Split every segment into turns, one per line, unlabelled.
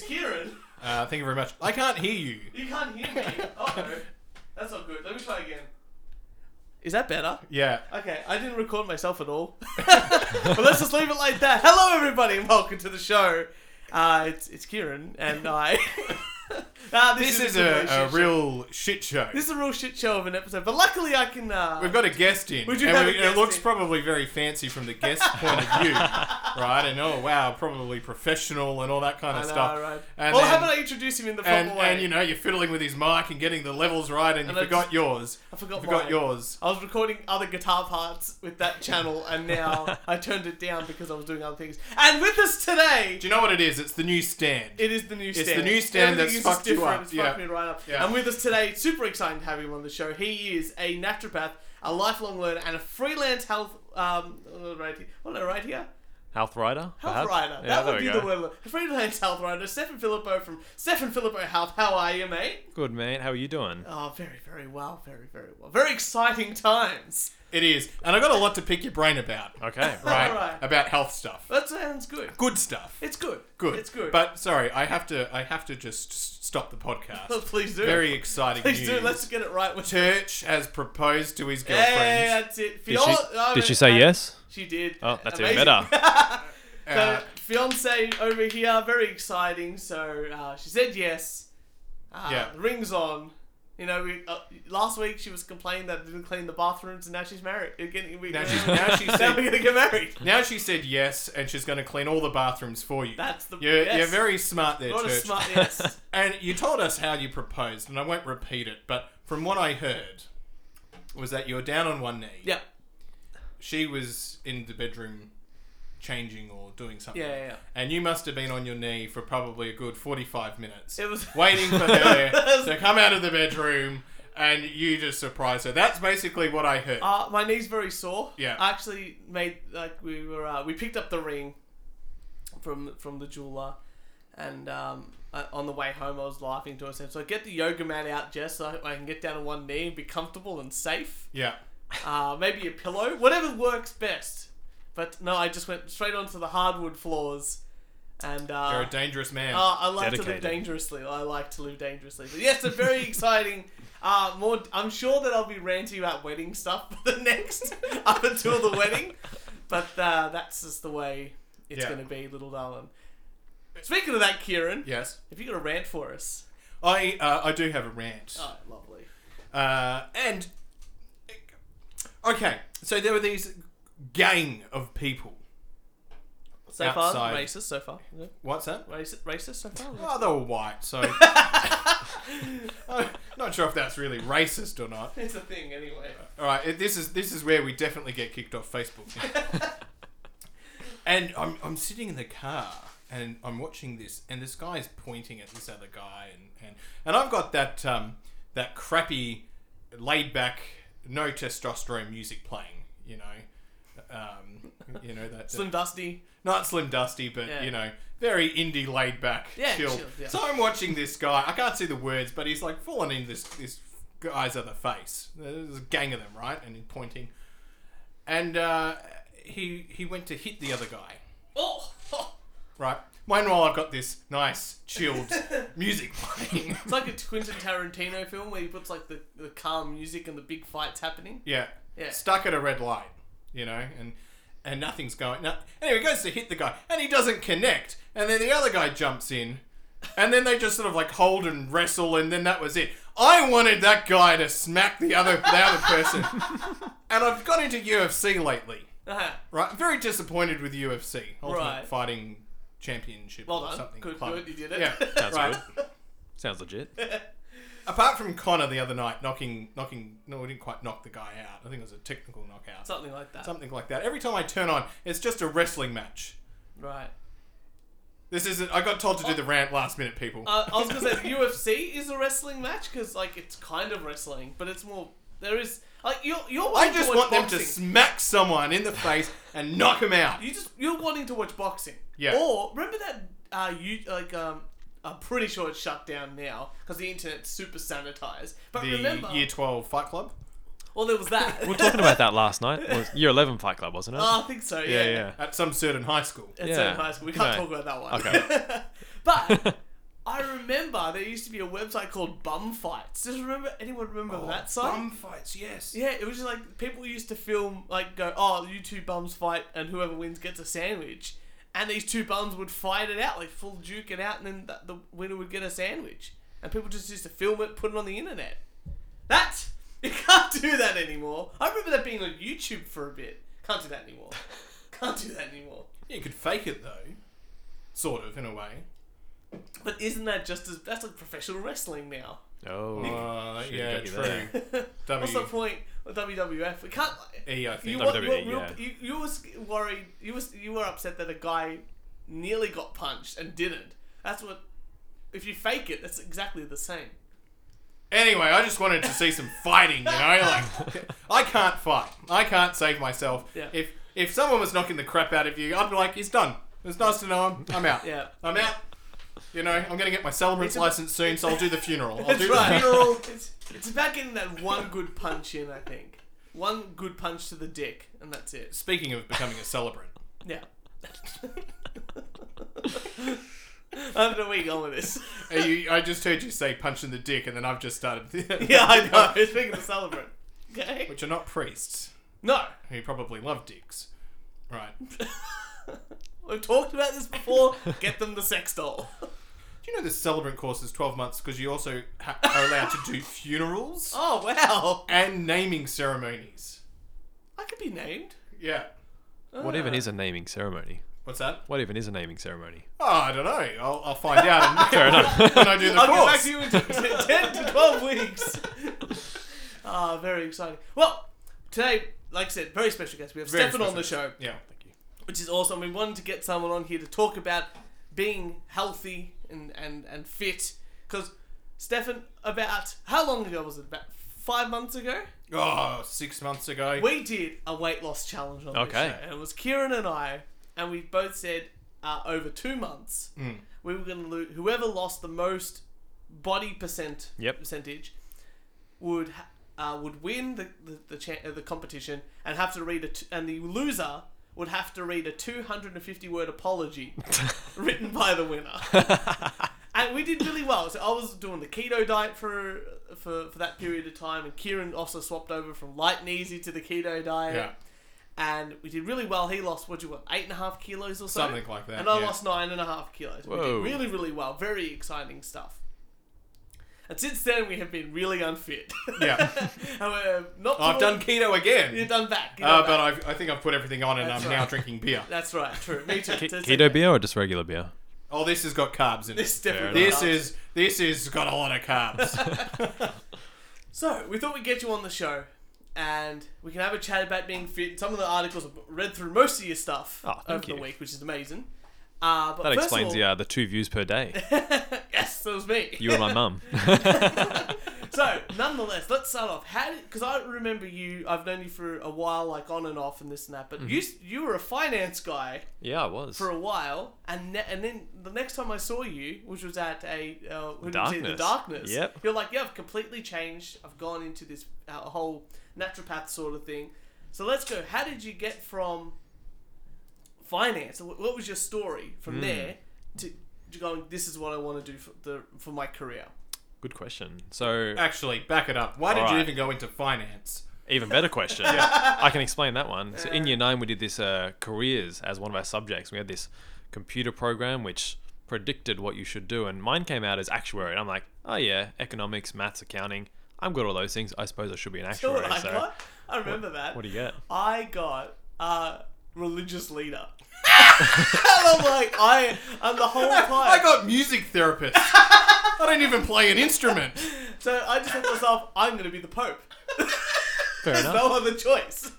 E Jared.
Uh, thank you very much. I can't hear you.
You can't hear me. Oh, no. that's not good. Let me try again. Is that better?
Yeah.
Okay, I didn't record myself at all. but let's just leave it like that. Hello, everybody, and welcome to the show. Uh, it's it's Kieran and I. Ah,
This, is,
the
a, a
relationship.
real shit show.
This is a real shit show of an episode, but luckily I can. Uh,
We've got a guest in.
We do
and
have a
and
guest
it looks
in.
probably very fancy from the guest point of view, right? And oh, wow, probably professional and all that kind
I
of
know,
stuff.
right?
And
well,
then-
how about I introduce him in the proper
And,
way?
and you know you're fiddling with his mic and getting the levels right and,
And
you
I
forgot
just-
yours.
I forgot,
You forgot
mine.
yours.
I was recording other guitar parts with that channel, and now I turned it down because I was doing other things. And with us today,
Do you know what it is? It's the new stand.
it is the new
It's
stand.
the new stand
Everything
that's
is just
fucked you
different.
up,
It's
yeah.
fucked me right up.
Yeah.
And with us today, super excited to have him on the show. He is a naturopath, a lifelong learner, and a freelance health um uh, right here. What did I write here?
Health Rider?
Health
perhaps?
writer.
Yeah,
that
there
would
we
be
go.
the word. Freelance health writer, Stefan Filippo from Stefan Filippo Health. How are you, mate?
Good, mate. How are you doing?
Oh, very, very well. Very, very well. Very exciting times.
It is. And I got a lot to pick your brain about.
Okay.
Right.
Alright.
About health stuff.
That sounds good.
Good stuff.
It's good.
Good.
It's good.
But sorry, I have to I have to just s- stop the podcast.
please do.
Very exciting
please
news.
do. Let's get it right. With
Church has proposed to his girlfriend.
Hey, that's it. Fian-
Did she,
I
did
mean,
she say
uh,
yes?
She did.
Oh, that's
Amazing.
even better.
Uh,
So, fiance over here, very exciting. So uh, she said yes. Uh,
Yeah.
the Rings on. You know, we, uh, last week she was complaining that I didn't clean the bathrooms, and now she's married. Again, we,
Now she's- now she's
now we're gonna get married.
now she said yes, and she's going to clean all the bathrooms for you.
That's the
You're,
yes.
you're very smart there,
What a
Church.
smart yes.
and you told us how you proposed, and I won't repeat it, but from what I heard, was that you were down on one knee.
yep.
She was in the bedroom changing or doing something.
Yeah, yeah,
And you must have been on your knee for probably a good 45 minutes.
yeah. It was
waiting for her to come out of the bedroom and you just surprise her. That's basically what I heard.
Uh, my knee's very sore.
Yeah.
I actually made like we were uh, we picked up the ring from from the jeweler, and um, I, on the way home I was laughing to myself. So I get the yoga mat out, Jess, so I, I can get down on one knee and be comfortable and safe.
yeah.
Uh, maybe a pillow, whatever works best. But no, I just went straight onto the hardwood floors, and uh,
You're a dangerous man.
uh, I like to live
Dedicated.
dangerously. I like to live dangerously. But yes, a very exciting. Uh, more. I'm sure that I'll be ranting about wedding stuff for the next up until the wedding, but uh, that's just the way it's
Yeah.
going to be, little darling. Speaking of that, Kieran,
yes.
if you got a rant for us,
I uh, I do have a rant.
oh, lovely.
Uh, and okay, so there were these gang of people.
So far,
Outside.
racist. So far, yeah.
What's that?
racist. Racist. So far.
Oh, they were white, so I'm not sure if that's really racist or not.
it's a thing anyway.
All right, it- this is this is where we definitely get kicked off Facebook. and I'm I'm sitting in the car and I'm watching this, and this guy is pointing at this other guy, and and, and I've got that um that crappy, laid back, no testosterone music playing, you know, um, you know that
Slim Dusty.
not Slim Dusty, but
Yeah.
you know, very indie, laid back,
Yeah,
chill.
chill, yeah.
So I'm watching this guy. I can't see the words, but he's like falling in this this guy's other face. There's a gang of them, right? And he's pointing, and uh, he he went to hit the other guy,
Oh,
right? Meanwhile, I've got this nice chilled music playing.
it's like a Quentin Tarantino film where he puts like the, the calm music and the big fights happening.
Yeah.
Yeah.
Stuck at a red light, you know, and and nothing's going. No, anyway, he goes to hit the guy, and he doesn't connect, and then the other guy jumps in, and then they just sort of like hold and wrestle, and then that was it. I wanted that guy to smack the other the other person, and I've got into UFC lately.
Uh-huh.
Right, I'm very disappointed with UFC Ultimate
Right.
Fighting Championship
Well
or
done.
something.
Good,
club.
good, you did it.
Yeah,
Sounds
right.
good. Sounds legit.
Apart from Connor the other night knocking, knocking. No, we didn't quite knock the guy out. I think it was a technical knockout.
Something like that.
something like that. Every time I turn on, it's just a wrestling match.
right.
This isn't. I got told to do the rant last minute, people.
Uh, I was gonna say the UFC is a wrestling match because like it's kind of wrestling, but it's more there is like you're you're
I
wanting
just
to watch
want them
boxing.
to smack someone in the face and knock him out.
you just you're wanting to watch boxing.
Yeah.
Or remember that uh you like um I'm pretty sure it's shut down now because the internet's super sanitized. But
The
remember,
Year Twelve Fight Club.
well there was that.
We were talking about that last night. It was Year 11 Fight Club, wasn't it?
oh, I think so.
yeah, yeah.
At some certain high school.
At
Yeah.
certain high school. We can't
Okay.
talk about that one. Okay. but I remember there used to be a website called Bum Fights. Does remember anyone remember that site?
Oh, Bum fights, yes.
Yeah, it was just like people used to film like go, oh, you two bums fight, and whoever wins gets a sandwich. And these two bums would fight it out, like full duke it out, and then the, the winner would get a sandwich. And people just used to film it, put it on the internet. That you can't do that anymore. I remember that being on YouTube for a bit. Can't do that anymore. Can't do that anymore.
You could fake it though, sort of in a way.
But isn't that just as that's like professional wrestling now?
Oh.
Uh,
Should've
yeah,
got you there.
true.
What's the
W
point of WWF? We can't.
E, I think.
You, wa-
WWE,
you, were-
yeah.
you, you was worried. You was you were upset that a guy nearly got punched and didn't. That's what. If you fake it, that's exactly the same.
Anyway, I just wanted to see some fighting, you know? Like, I can't fight. I can't save myself.
Yeah.
If if someone was knocking the crap out of you, I'd be like, he's done. It's nice to know him. I'm out.
Yeah.
I'm out. You know, I'm going to get my celebrant's
It's a-
license soon, so I'll do the funeral. I'll
That's
do
right.
the funeral.
It's, it's about getting that one good punch in. I think one good punch to the dick, and that's it.
Speaking of becoming a celebrant,
Yeah. I don't know where you're going with this.
Are you, I just heard you say punch in the dick, and then I've just started.
Yeah, I know. It's speaking of celebrant. Okay.
Which are not priests,
No,
who probably love dicks. Right.
we've talked about this before. Get them the sex doll.
Do you know the celebrant course is 12 months because you also ha- are allowed to do funerals
Oh wow.
and naming ceremonies?
I could be named.
Yeah.
What even is a naming ceremony?
What's that?
What even is a naming ceremony?
Oh, I don't know. I'll, I'll find out
Fair
and-
enough.
when I do the
I'll get back
course.
to you in t- 10 to 12 weeks. Ah, very exciting. Well, today, like I said, very special guest. We have
Very
Stefan on the
special.
show,
Yeah.
which is awesome. We wanted to get someone on here to talk about being healthy and, and, and fit. Because, Stefan, about how long ago was it? About five months ago?
Oh, six months ago.
We did a weight loss challenge on this
Okay.
show, and it was Kieran and I, and we both said uh, over two months
Hmm.
we were going to lose whoever lost the most body percent
Yep.
percentage would ha- uh, would win the the the, cha- uh, the competition and have to read a t- and the loser would have to read a 250 word apology written by the winner. And we did really well. So I was doing the keto diet for for, for that period of time, and Kieran also swapped over from light and easy to the keto diet.
Yeah.
And we did really well. He lost what do you want, eight and a half kilos or so,
Something like that.
and I
yeah.
lost nine and a half kilos. We
Whoa.
did really really well. Very exciting stuff. And since then, we have been really unfit.
Yeah.
and we're not.
I've done keto
You're
again.
done back. You're
Uh,
done
but
back.
I've, I think I've put everything on and
That's
I'm
right.
now drinking beer.
That's right. True. Me too. It's okay.
Keto beer or just regular beer?
Oh, this has got carbs in it.
This definitely.
This is this has got a lot of carbs.
So we thought we'd get you on the show, and we can have a chat about being fit. Some of the articles I've read through most of your stuff
Oh, thank
over the
you.
week, which is amazing. Uh, but
That
first
explains
of
the
all,
uh, the two views per day.
yes, that was me.
You and my mum.
so nonetheless, let's start off. How did? Because I remember you. I've known you for a while, like on and off, and this and that.
Mm-hmm.
But you you were a finance guy
yeah, I was.
for a while, and ne- and then the next time I saw you, which was at a uh, when we did the
Darkness.
darkness.
Yep.
You're like, yeah, I've completely changed. I've gone into this uh, whole naturopath sort of thing. So let's go. How did you get from finance? Wh- What was your story
Hmm.
from there to, to going? This is what I want to do for the for my career.
Good question. So,
Actually, back it up. Why did you
Alright.
even go into finance?
even better question. I can explain that one. So, in year nine, we did this uh, careers as one of our subjects. We had this computer program which predicted what you should do, and mine came out as actuary. And I'm like, oh yeah, economics, maths, accounting. I'm good at all those things. I suppose I should be an
You know
actuary.
what I
so,
got? I remember that.
what do you get?
I got uh, religious leader. and I'm like, I and the whole time
I got music therapist. I don't even play an instrument.
So I just said to myself, I'm going to be the Pope.
Fair
There's
enough.
no other choice.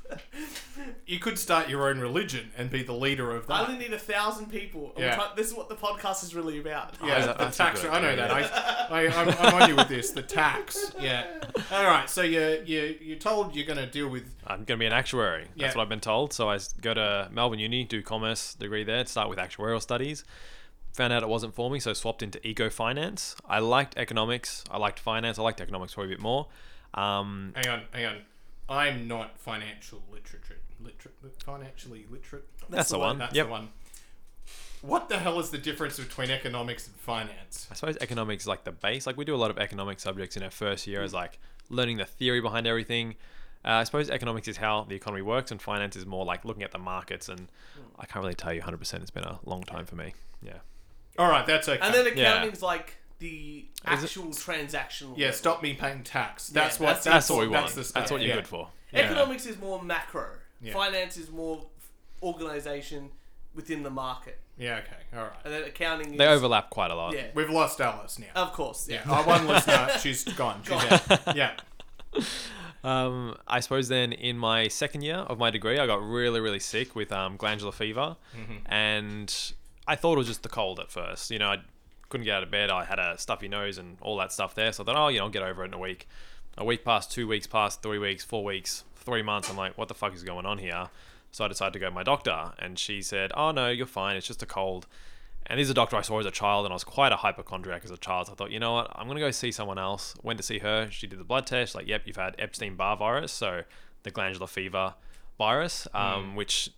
You could start your own religion and be the leader of
I
that.
only need a thousand people. and
Yeah.
we're try- this is what the podcast is really about.
Yeah,
Oh,
the
that- that's a
tax.
good
I know
idea,
that. I, I, I'm, I'm on you with this. The tax. Yeah. All right. So you you you're told you're going to deal with.
I'm going to be an actuary. That's
Yeah.
what I've been told. So I s- go to Melbourne Uni, do commerce degree there, start with actuarial studies. Found out it wasn't for me, so swapped into eco finance. I liked economics. I liked finance. I liked economics probably a bit more. Um,
Hang on. Hang on. I'm not financial literature. Literate. Financially literate.
that's, the
the one.
one.
That's
Yep.
the one. what the hell is the difference between economics and finance?
I suppose economics is like the base. Like we do a lot of economic subjects in our first year as like learning the theory behind everything. Uh, I suppose economics is how the economy works, and finance is more like looking at the markets. And I can't really tell you 100%. It's been a long time for me. Yeah.
All right, that's okay.
And then
Yeah.
accounting's like the
Is it-
actual transactional.
yeah,
level.
stop me paying tax. That's
Yeah,
what
that's-
That's what we
that's
want.
the
That's,
stuff,
what you're
yeah.
good for.
Yeah.
Economics is more macro.
Yeah.
Finance is more organization within the market,
Yeah, okay. All right.
and then accounting. Is,
They overlap quite a lot.
Yeah,
We've lost Alice now.
of course.
yeah.
Yeah.
Our one listener, she's gone. She's out. Yeah.
Um, I suppose then in my second year of my degree, I got really, really sick with um, glandular fever, and I thought it was just the cold at first. You know, I couldn't get out of bed. I had a stuffy nose and all that stuff there. So I thought, oh, you know, I'll get over it in a week. A week passed, two weeks passed, three weeks, four weeks, three months. I'm like, what the fuck is going on here? So I decided to go to my doctor, and she said, oh no, you're fine. It's just a cold. And this is a doctor I saw as a child, and I was quite a hypochondriac as a child. So I thought, you know what, I'm gonna go see someone else. Went to see her. She did the blood test. Like, yep, you've had Epstein Barr virus, so the glandular fever virus, um, which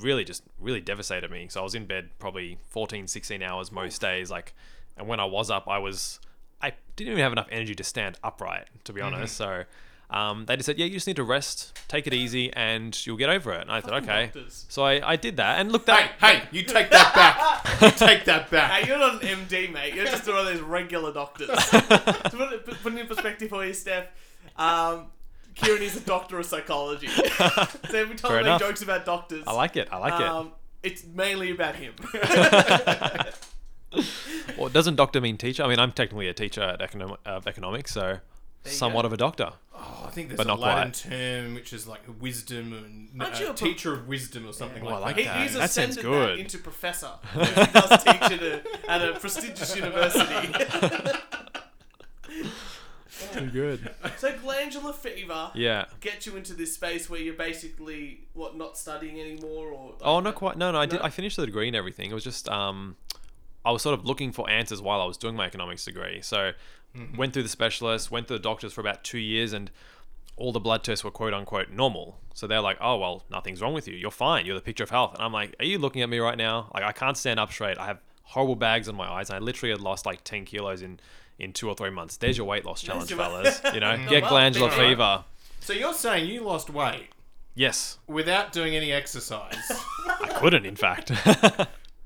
really just really devastated me. So I was in bed probably 14, 16 hours most days. Like, and when I was up, I was I didn't even have enough energy to stand upright, to be honest.
Mm-hmm.
So. Um, they just said, yeah, you just need to rest, take it easy, and you'll get over it. And I thought, okay.
doctors.
So I, I did that, and look,
Hey,
that
hey, you take that back. You take that
Hey,
back.
you're not an MD, mate. You're just one of those regular doctors. to put it, put it in perspective for you, Steph, um, Kieran is a doctor of psychology. so every time
Fair
I make
enough.
jokes about doctors,
I like it. I like it.
um, it's mainly about him.
Well, doesn't doctor mean teacher? I mean, I'm technically a teacher at econo- of economics, so
you
somewhat
go.
of a doctor.
Oh, I think there's
But
a
not
Latin
quite.
term which is like wisdom and
Aren't you
uh,
a pro-
teacher of wisdom or something
Yeah.
like,
Oh, I like
He,
that.
that.
he's
sounds
ascended
good.
that into professor. he does teach at a, at a prestigious university.
good.
so glandular fever
Yeah.
gets you into this space where you're basically what not studying anymore or
Oh, not quite. No, no. I did.
No.
I finished the degree and everything. It was just um, I was sort of looking for answers while I was doing my economics degree. So,
Mm-hmm.
went through the specialists, went through the doctors for about two years, and all the blood tests were quote unquote normal. So they're like, oh well, nothing's wrong with you. You're fine. You're the picture of health. And I'm like, are you looking at me right now? Like I can't stand up straight. I have horrible bags on my eyes. And I literally had lost like ten kilos in in two or three months. There's your weight loss challenge,
your weight-
fellas. You know,
Come
get
on,
glandular
big man.
fever.
So you're saying you lost weight
Yes,
without doing any exercise,
I couldn't. In fact,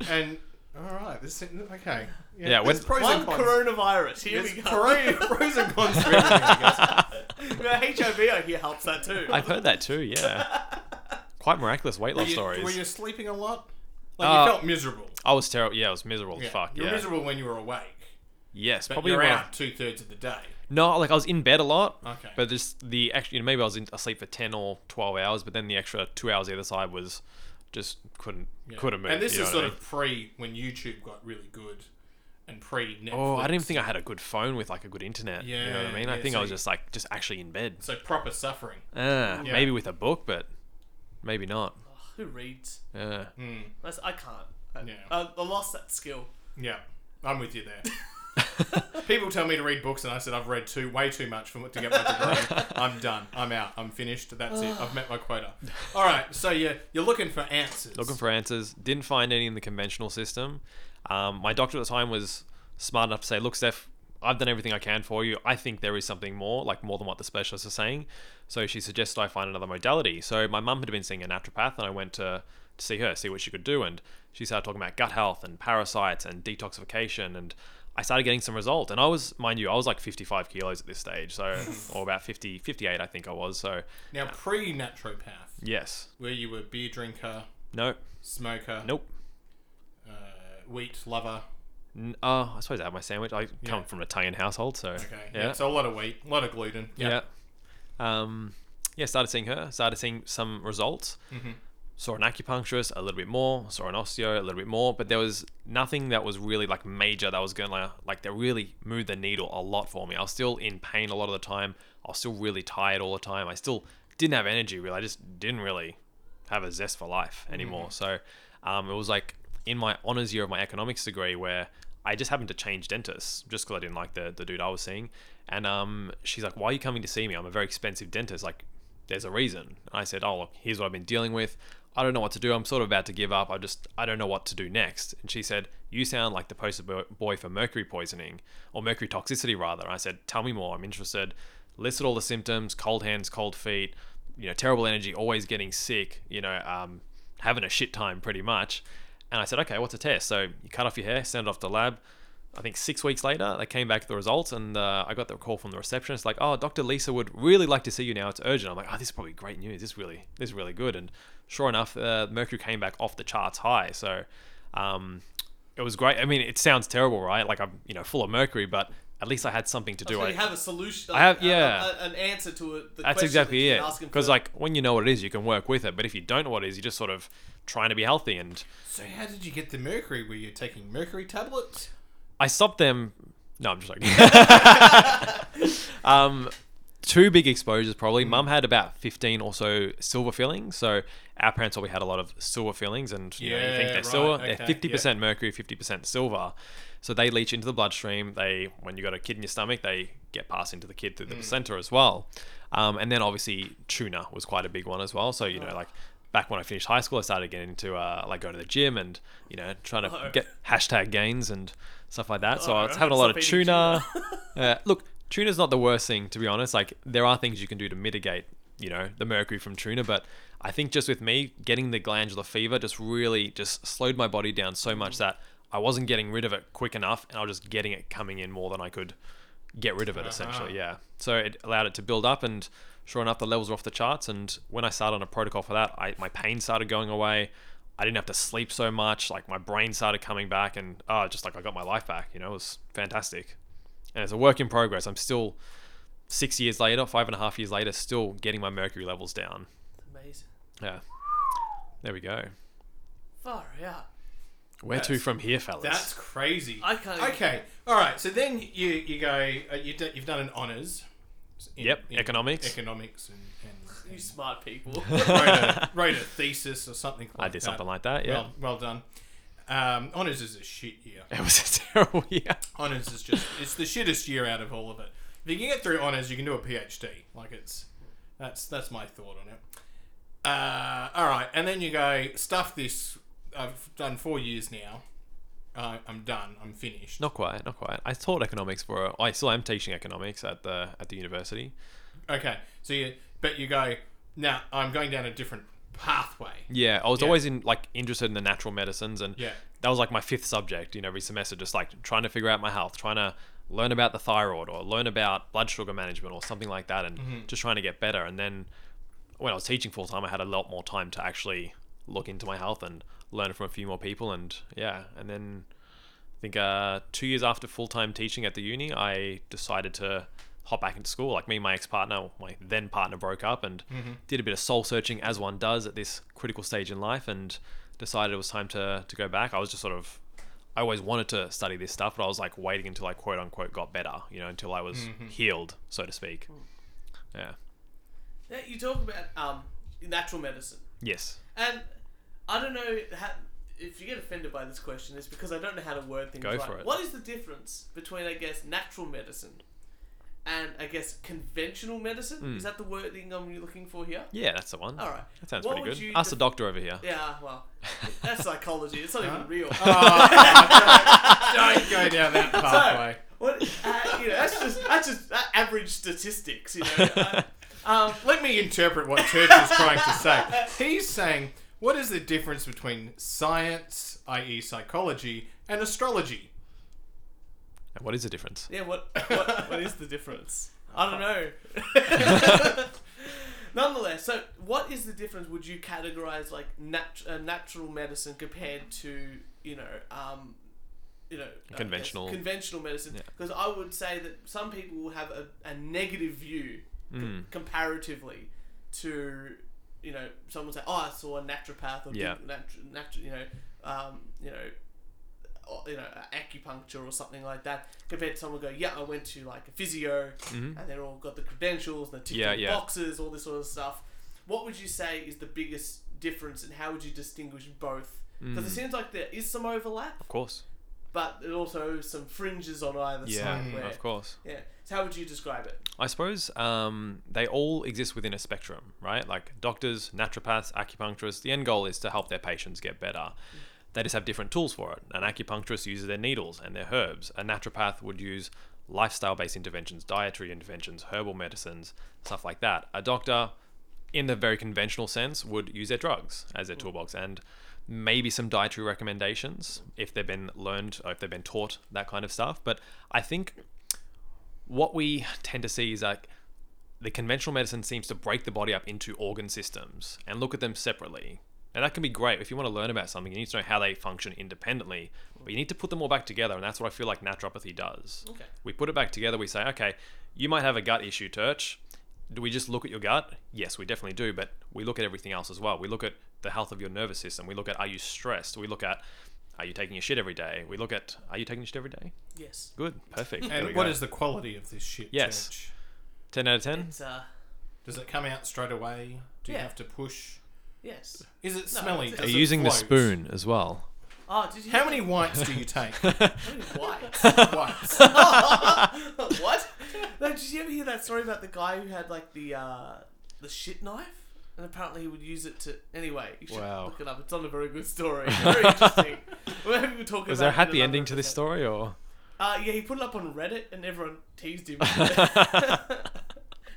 and all right, this okay.
Yeah, when-
there's pros
one
and cons.
coronavirus. Here
There's
we go.
pro- pros and cons to everything, I
Yeah, HIV I hear helps that too.
I've heard that too. Yeah, quite miraculous weight
guess.
loss
Were you,
stories.
were you sleeping a lot? Like
Uh,
you felt miserable.
I was terrible. Yeah, I was miserable
Yeah.
as fuck.
you were
yeah.
miserable when you were awake.
Yes,
But
probably
you're
around.
out two thirds of the day.
No, like I was in bed a lot.
Okay.
But just the actually, you know, maybe I was in, asleep for ten or twelve hours, but then the extra two hours the other side was just couldn't couldn't move.
And this
you
is
know what
sort
I
of pre when YouTube got really good, and pre Netflix.
mean? Oh, I didn't even think I had a good phone with like a good internet. you know what
Yeah,
I mean. I
yeah,
think
so
I was
you-
just like just actually in bed.
So proper suffering.
Uh,
Yeah.
Maybe with a book, but maybe not.
Who reads?
Yeah.
That's- I can't. Uh,
Uh,
I,
Yeah.
I, I lost that skill.
Yeah, I'm with you there. People tell me to read books, and I said I've read too way too much for to get my degree. I'm done. I'm out. I'm finished. That's it. I've met my quota. All right. So yeah, you're looking for answers.
Looking for answers. Didn't find any in the conventional system. Um, my doctor at the time was smart enough to say, "Look, Steph, I've done everything I can for you. I think there is something more, like more than what the specialists are saying." So she suggested I find another modality. So my mum had been seeing a naturopath, and I went to to see her, see what she could do, and she started talking about gut health and parasites and detoxification and. I started getting some result and I was mind you I was like 55 kilos at this stage so or about 50 58 I think I was so
now pre naturopath,
yes
where you were beer drinker,
no
smoker,
nope
uh, wheat lover.
N- Uh, I suppose I had my sandwich. I come from an Italian household, so
Okay. Yeah.
yeah,
So a lot of wheat, a lot of gluten. Yeah.
yeah. Um, yeah, started seeing her. Started seeing some results. Saw an acupuncturist a little bit more. Saw an osteo a little bit more, but there was nothing that was really like major that was going to like that really moved the needle a lot for me. I was still in pain a lot of the time. I was still really tired all the time. I still didn't have energy really. I just didn't really have a zest for life anymore. So um, it was like in my honors year of my economics degree where I just happened to change dentists just because I didn't like the, the dude I was seeing. And um, she's like, Why are you coming to see me? I'm a very expensive dentist. Like, there's a reason. And I said, Oh, look, here's what I've been dealing with. I don't know what to do. I'm sort of about to give up. I just, I don't know what to do next. And she said, You sound like the poster bo- boy for mercury poisoning or mercury toxicity, rather. And I said, Tell me more. I'm interested. Listed all the symptoms cold hands, cold feet, you know, terrible energy, always getting sick, you know, um, having a shit time pretty much. And I said, Okay, what's a test? So you cut off your hair, send it off to the lab. I think six weeks later, they came back with the results, and uh, I got the call from the receptionist, like, "Oh, Dr. Lisa would really like to see you now. It's urgent." I'm like, "Oh, this is probably great news. This is really, this is really good." And sure enough, uh, mercury came back off the charts high. So um, it was great. I mean, it sounds terrible, right? Like I'm, you know, full of mercury, but at least I had something to do.
Oh, So
I-
you have a solution.
I have-
a- a-
yeah.
a- an answer to it. The
that's
question
exactly
that
it.
you're asking
Because
for.
like when you know what it is, you can work with it. But if you don't know what it is, you're just sort of trying to be healthy. And
So how did you get the mercury? Were you taking mercury tablets?
I stopped them. No, I'm just joking. um, two big exposures probably.
Mm.
Mum had about 15 or so silver fillings. So our parents always had a lot of silver fillings, and you, know, you think
Yeah,
they're
right,
silver.
okay,
They're 50% mercury, 50% silver. So they leach into the bloodstream. They, when you got a kid in your stomach, they get passed into the kid
Mm.
through the placenta as well. Um, and then obviously tuna was quite a big one as well. So you know,
Oh.
like back when I finished high school, I started getting into uh, like going to the gym and you know trying to
Oh.
get hashtag gains and stuff like that. So
Oh,
I was having a lot of
stop eating
tuna. uh, look, tuna's not the worst thing to be honest. Like there are things you can do to mitigate, you know, the mercury from tuna, but I think just with me getting the glandular fever just really just slowed my body down so much that I wasn't getting rid of it quick enough, and I was just getting it coming in more than I could get rid of it essentially. Yeah. So it allowed it to build up, and sure enough, the levels were off the charts. And when I started on a protocol for that, I, my pain started going away. I didn't have to sleep so much. Like my brain started coming back, and oh, just like I got my life back. You know, it was fantastic. And it's a work in progress. I'm still six years later, five and a half years later, still getting my mercury levels down.
Amazing.
Yeah. There we go.
Far out.
Where to
That's-
from here, fellas?
That's crazy.
I can't even-
Okay. All right. So then you you go. Uh, you do, you've done an honors. in-
Yep,
in
economics.
Economics and. and,
You
and
smart people.
wrote, a, wrote a thesis or something. Like
I did something like that. Yeah.
Well, well done. Um, honors is a shit year.
it was a terrible year.
Honors is just it's the shittest year out of all of it. If you can get through honors, you can do a PhD. Like it's that's that's my thought on it. Uh, all right, and then you go stuff this. I've done four years now. I I'm done. I'm finished.
Not quite, not quite. I taught economics for. A, I still am teaching economics at the at the university.
Okay, so you but you go now. I'm going down a different pathway.
Yeah, I was
Yeah.
always in like interested in the natural medicines, and
Yeah.
that was like my fifth subject. You know, every semester, just like trying to figure out my health, trying to learn about the thyroid or learn about blood sugar management or something like that, and
Mm-hmm.
just trying to get better. And then when I was teaching full time, I had a lot more time to actually look into my health and learn from a few more people. And yeah, and then I think uh, two years after full time teaching at the uni, I decided to hop back into school. Like me and my ex partner, my then partner, broke up and
Mm-hmm.
did a bit of soul searching, as one does at this critical stage in life, and decided it was time to, to go back. I was just sort of, I always wanted to study this stuff, but I was like waiting until I quote unquote got better, you know, until I was
Mm-hmm.
healed, so to speak.
Mm.
Yeah.
Yeah, you talk about um, natural medicine,
Yes.
and I don't know how, if you get offended by this question. It's because I don't know how to word things.
Go
right.
for it.
What is the difference between, I guess, natural medicine and I guess conventional medicine?
Hmm.
Is that the wording I'm looking for here?
Yeah, that's the one.
All right.
That sounds
What
pretty
would
good.
you
Ask
def-
the doctor over here.
Yeah, well, that's psychology. It's not even real.
Oh, Don't go down that pathway.
What, uh, you know, that's just that's just uh, average statistics. You know, Uh, um,
Let me interpret what Church is trying to say. He's saying, what is the difference between science, i.e., psychology, and astrology?
And What is the difference?
yeah. What, what what is the difference? I don't know. Nonetheless, so what is the difference? Would you categorize like nat- uh, natural medicine compared to you know um, you know uh, yes,
Conventional.
conventional medicine?
Yeah.
Because I would say that some people will have a, a negative view com-
Mm.
comparatively to you know someone say oh I saw a naturopath or
Yeah.
did natu- natu- you know um, you know or, you know acupuncture or something like that compared to someone go yeah I went to like a physio and they're all got the credentials and they're ticking
Mm-hmm. Yeah, yeah.
boxes all this sort of stuff what would you say is the biggest
Mm.
difference and how would you distinguish both because it seems like there is some overlap
Of course.
but it also some fringes on either
Yeah,
side. Where,
of course.
Yeah. So how would you describe it?
I suppose um, they all exist within a spectrum, right? Like doctors, naturopaths, acupuncturists. The end goal is to help their patients get better. They just have different tools for it. An acupuncturist uses their needles and their herbs. A naturopath would use lifestyle based interventions, dietary interventions, herbal medicines, stuff like that. A doctor, in the very conventional sense, would use their drugs as their toolbox and maybe some dietary recommendations if they've been learned or if they've been taught that kind of stuff. But I think what we tend to see is like the conventional medicine seems to break the body up into organ systems and look at them separately. And that can be great if you want to learn about something, you need to know how they function independently, but you need to put them all back together. And that's what I feel like naturopathy does.
Okay.
We put it back together, we say, okay, you might have a gut issue, Turch. Do we just look at your gut? Yes, we definitely do, but we look at everything else as well. We look at the health of your nervous system. We look at are you stressed? We look at are you taking your shit every day? We look at are you taking your shit every day?
Yes.
Good, perfect. There we
And what
go.
is the quality of this shit?
Yes.
Church?
10 out of 10?
It's uh
Does it come out straight away? Do you
Yeah.
have to push?
yes.
Is it smelly?
it's-
Does
Are
it
you using the
float?
spoon as well?
Oh, did you
How many whites do you take?
how many whites?
whites.
what? No, did you ever hear that story about the guy who had like the uh, the shit knife? And apparently he would use it to. Anyway, you should
Wow.
look it up. It's not a very good story. It's very interesting. Maybe we'll talk
Was
about it
there a
in
happy
another
ending to this
episode.
story, or
Uh, yeah, he put it up on Reddit and everyone teased him.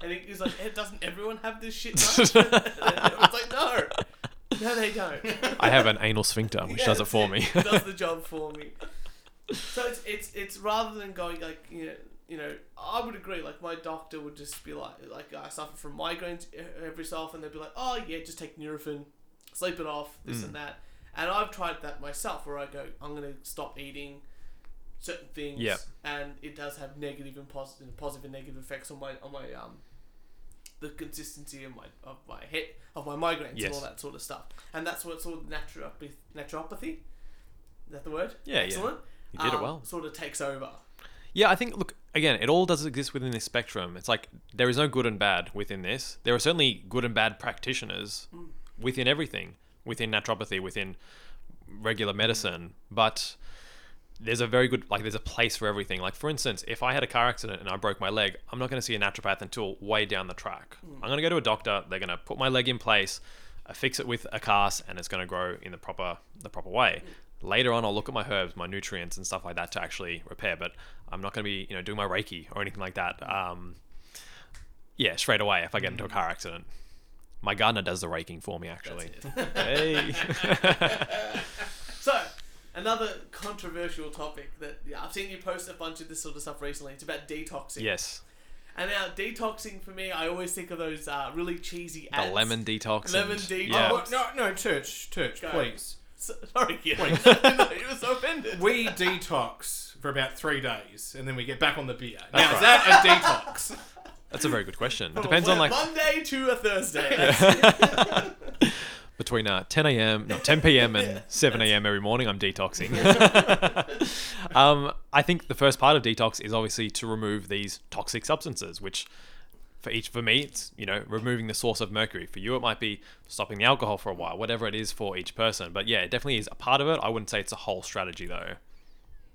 and he was like, "Eh, "Doesn't everyone have this shit knife?" and everyone's like, "No, no, they don't."
I have an anal sphincter, which
Yeah,
does it
that's
for me?
It does the job for me. So it's it's it's rather than going like you know you know I would agree like my doctor would just be like like I suffer from migraines e, every so often they'd be like oh yeah just take Nurofen sleep it off this
Mm.
and that and I've tried that myself where I go I'm gonna stop eating certain things
Yep.
and it does have negative and positive positive and negative effects on my on my um the consistency of my of my head of my migraines and
Yes.
all that sort of stuff. And that's what sort of naturopathy naturopathy. Is that the word?
Yeah, yeah,
Excellent.
you did it
Um,
well.
Sort of takes over.
Yeah, I think. Look, again, it all does exist within this spectrum. It's like there is no good and bad within this. There are certainly good and bad practitioners within everything, within naturopathy, within regular medicine, but there's a very good like there's a place for everything. Like for instance, if I had a car accident and I broke my leg, I'm not going to see a naturopath until way down the track. I'm going to go to a doctor. They're going to put my leg in place, uh, fix it with a cast, and it's going to grow in the proper the proper way. Later on, I'll look at my herbs, my nutrients, and stuff like that to actually repair. But I'm not going to be you know doing my reiki or anything like that. Um, yeah, straight away if I get into a car accident. My gardener does the raking for me, actually. Hey.
So another controversial topic that yeah, I've seen you post a bunch of this sort of stuff recently. It's about detoxing.
yes.
And now detoxing for me, I always think of those uh, really cheesy
The
ads.
lemon detox.
Lemon
and-
detox.
Yeah.
Oh, what- no, no, church, church,
Go.
please.
So, sorry, yeah. he was so offended.
We detox for about three days, and then we get back on the beer. Now,
That's
is that a detox?
That's a very good question.
Oh,
It depends on like
Monday to a Thursday. That's-
between uh, 10 a.m. no 10 p.m. and 7 a.m. every morning. I'm detoxing. um, I think the first part of detox is obviously to remove these toxic substances, which for each for me it's you know removing the source of mercury. For you it might be stopping the alcohol for a while, whatever it is for each person. But yeah, it definitely is a part of it. I wouldn't say it's a whole strategy though.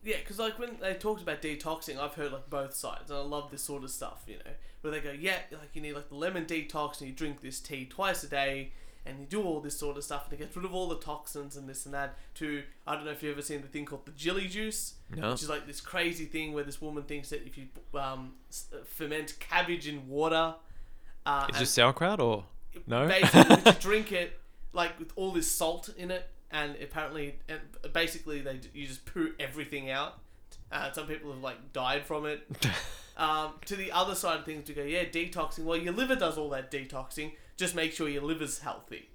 Yeah, because like when they talked about detoxing, I've heard like both sides, and I love this sort of stuff. You know, where they go, yeah, like you need like the lemon detox, and you drink this tea twice a day, and you do all this sort of stuff, and it gets rid of all the toxins and this and that. To I don't know if you've ever seen the thing called the jelly juice,
No.
which is like this crazy thing where this woman thinks that if you um, s- ferment cabbage in water, uh,
It's
and-
just sauerkraut or no?
basically to drink it like with all this salt in it and apparently and basically they you just poo everything out uh, some people have like died from it um, to the other side of things to go yeah detoxing well your liver does all that detoxing just make sure your liver's healthy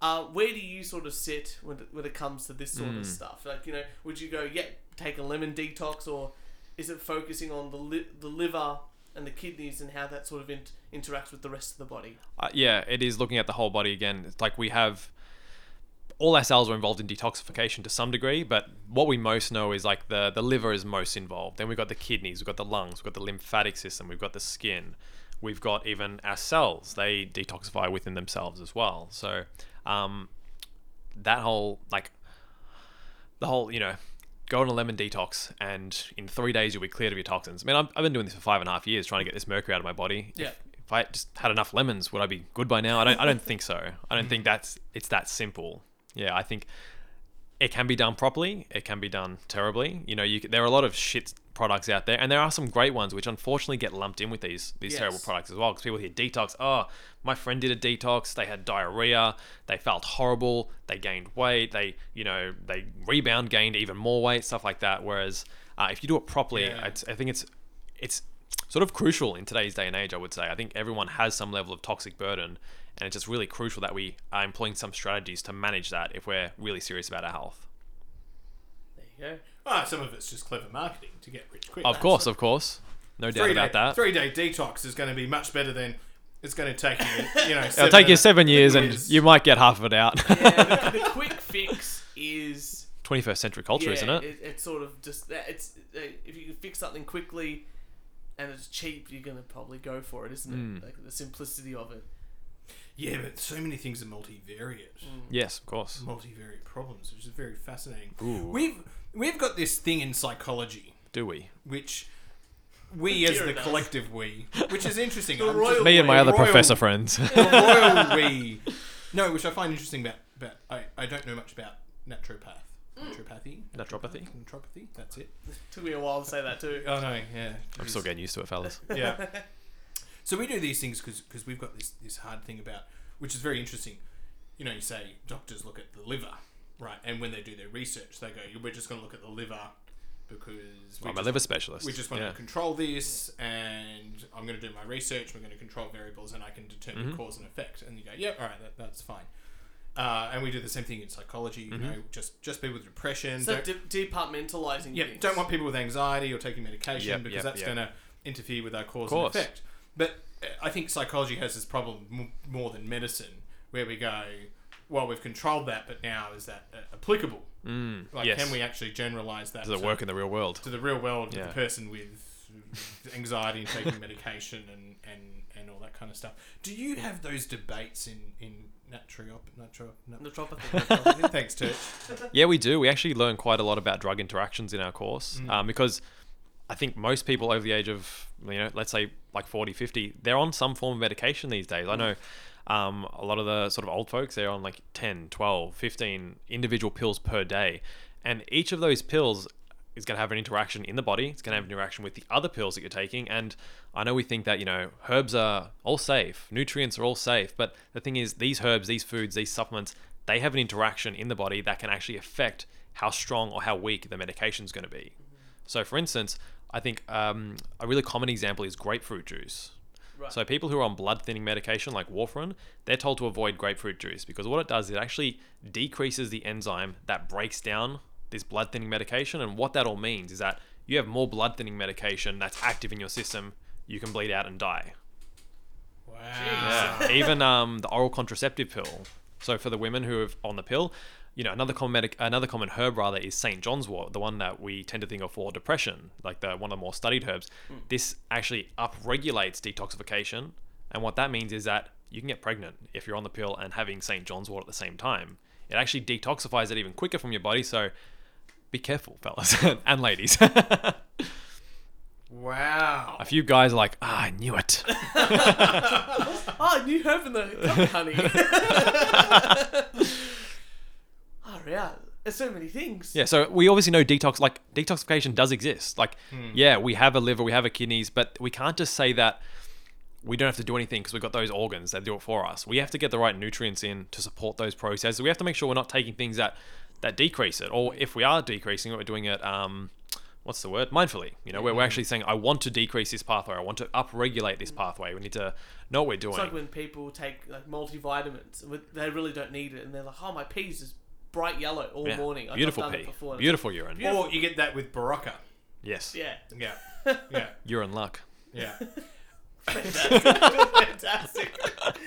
uh, where do you sort of sit when it, when it comes to this sort of stuff like you know would you go yeah take a lemon detox or is it focusing on the li- the liver and the kidneys and how that sort of int interacts with the rest of the body
uh, yeah, it is looking at the whole body again. It's like we have all our cells are involved in detoxification to some degree, but what we most know is like the the liver is most involved. Then we've got the kidneys, we've got the lungs, we've got the lymphatic system, we've got the skin, we've got even our cells. They detoxify within themselves as well. So um, that whole like the whole you know go on a lemon detox, and in three days you'll be cleared of your toxins. Man, I'm, I've been doing this for five and a half years, trying to get this mercury out of my body.
Yeah.
If, if I just had enough lemons, would I be good by now? I don't. I don't think so. I don't think that's it's that simple. Yeah, I think it can be done properly. It can be done terribly. You know, you, c- there are a lot of shit products out there, and there are some great ones which unfortunately get lumped in with these these terrible
Yes.
products as well. Because people hear detox, oh, my friend did a detox. They had diarrhea. They felt horrible. They gained weight. They, you know, they rebound gained even more weight, stuff like that. Whereas uh, if you do it properly,
Yeah.
it's, I think it's it's sort of crucial in today's day and age. I would say I think everyone has some level of toxic burden. And it's just really crucial that we are employing some strategies to manage that if we're really serious about our health.
There you go.
Ah, some of it's just clever marketing to get rich quick.
Of course, of course. No doubt
three
about
day,
that.
Three day detox is going to be much better than it's going to take you. You know,
It'll
seven
take you
and-
seven years and
years.
you might get half of it out.
Yeah, the, the quick fix is
21st century culture,
yeah,
isn't it?
It's sort of just that- it's uh, if you can fix something quickly and it's cheap, you're gonna probably go for it, isn't
Hmm.
it? Like the simplicity of it.
Yeah, but so many things are multivariate,
Mm.
Yes, of course.
multivariate problems, which is very fascinating.
Ooh.
We've we've got this thing in psychology,
Do we?
which we as
Dear
the
us.
collective we, which is interesting.
The
I'm just-
royal
Me and my
Royal-
other
royal-
professor friends.
the royal we. No, which I find interesting about, about I, I don't know much about naturopath.
Mm.
Naturopathy?
Naturopathy?
Naturopathy, that's it.
Took me a while to say that too.
Oh, no, yeah.
I'm still getting used to it, fellas.
Yeah. so we do these things because we've got this, this hard thing about, which is very interesting. You know, you say doctors look at the liver, right? And when they do their research, they go, we're just going to look at the liver because we
I'm a
just
liver specialist.
we just want
yeah.
to control this and I'm going to do my research. We're going to control variables and I can determine
Mm-hmm.
cause and effect. And you go, yep, all right, that, that's fine. Uh, and we do the same thing in psychology,
Mm-hmm.
you know, just, just people with depression.
So
don't,
de- departmentalizing.
yeah,
things.
don't want people with anxiety or taking medication
Yep,
because
yep,
that's
yep.
going to interfere with our cause and
Course.
effect. But uh, I think psychology has this problem m- more than medicine where we go, well, we've controlled that, but now is that uh, applicable? Mm, like,
yes.
can we actually generalize that?
Does it
to-
work in the real world?
to the real world
Yeah.
with a person with anxiety and taking medication and, and, and all that kind of stuff. Do you have those debates in in naturopath? Naturo, nat-
Naturopathy.
thanks, Church.
Yeah, we do. We actually learn quite a lot about drug interactions in our course
Mm.
um, because I think most people over the age of, you know, let's say like 40, 50, they're on some form of medication these days.
Mm.
I know um, a lot of the sort of old folks, they're on like 10, 12, 15 individual pills per day. And each of those pills is going to have an interaction in the body. It's going to have an interaction with the other pills that you're taking. And I know we think that, you know, herbs are all safe, nutrients are all safe. But the thing is, these herbs, these foods, these supplements, they have an interaction in the body that can actually affect how strong or how weak the medication is going to be. So, for instance, I think um, a really common example is grapefruit juice.
Right.
So, people who are on blood thinning medication like warfarin, they're told to avoid grapefruit juice because what it does, it actually decreases the enzyme that breaks down this blood thinning medication. And what that all means is that you have more blood thinning medication that's active in your system, you can bleed out and die.
Wow.
Yeah. Even um, the oral contraceptive pill. So for the women who have on the pill, you know, another common medic- another common herb rather is St. John's wort, the one that we tend to think of for depression, like the one of the more studied herbs. This actually upregulates detoxification, and what that means is that you can get pregnant if you're on the pill and having St. John's wort at the same time. It actually detoxifies it even quicker from your body, so be careful, fellas and ladies. a
Wow.
few guys are like, ah, I knew it.
oh, new herb in the cup, honey. oh yeah, there's so many things.
Yeah, so we obviously know detox like detoxification does exist. Like yeah, we have a liver, we have a kidneys, but we can't just say that we don't have to do anything because we've got those organs that do it for us. We have to get the right nutrients in to support those processes. We have to make sure we're not taking things that that decrease it, or if we are decreasing it, we're doing it. Um, what's the word? Mindfully. You know, where we're actually saying, I want to decrease this pathway. I want to upregulate this pathway. We need to know what we're doing.
It's like when people take like multivitamins, with- they really don't need it, and they're like, "Oh, my peas is bright yellow all
Yeah.
morning." I've
Beautiful
done it
pee.
before. and it's
Beautiful urine.
Or you get that with Barocca.
Yes.
like,
Yeah. Yeah.
Urine luck.
Yeah.
Yeah, fantastic.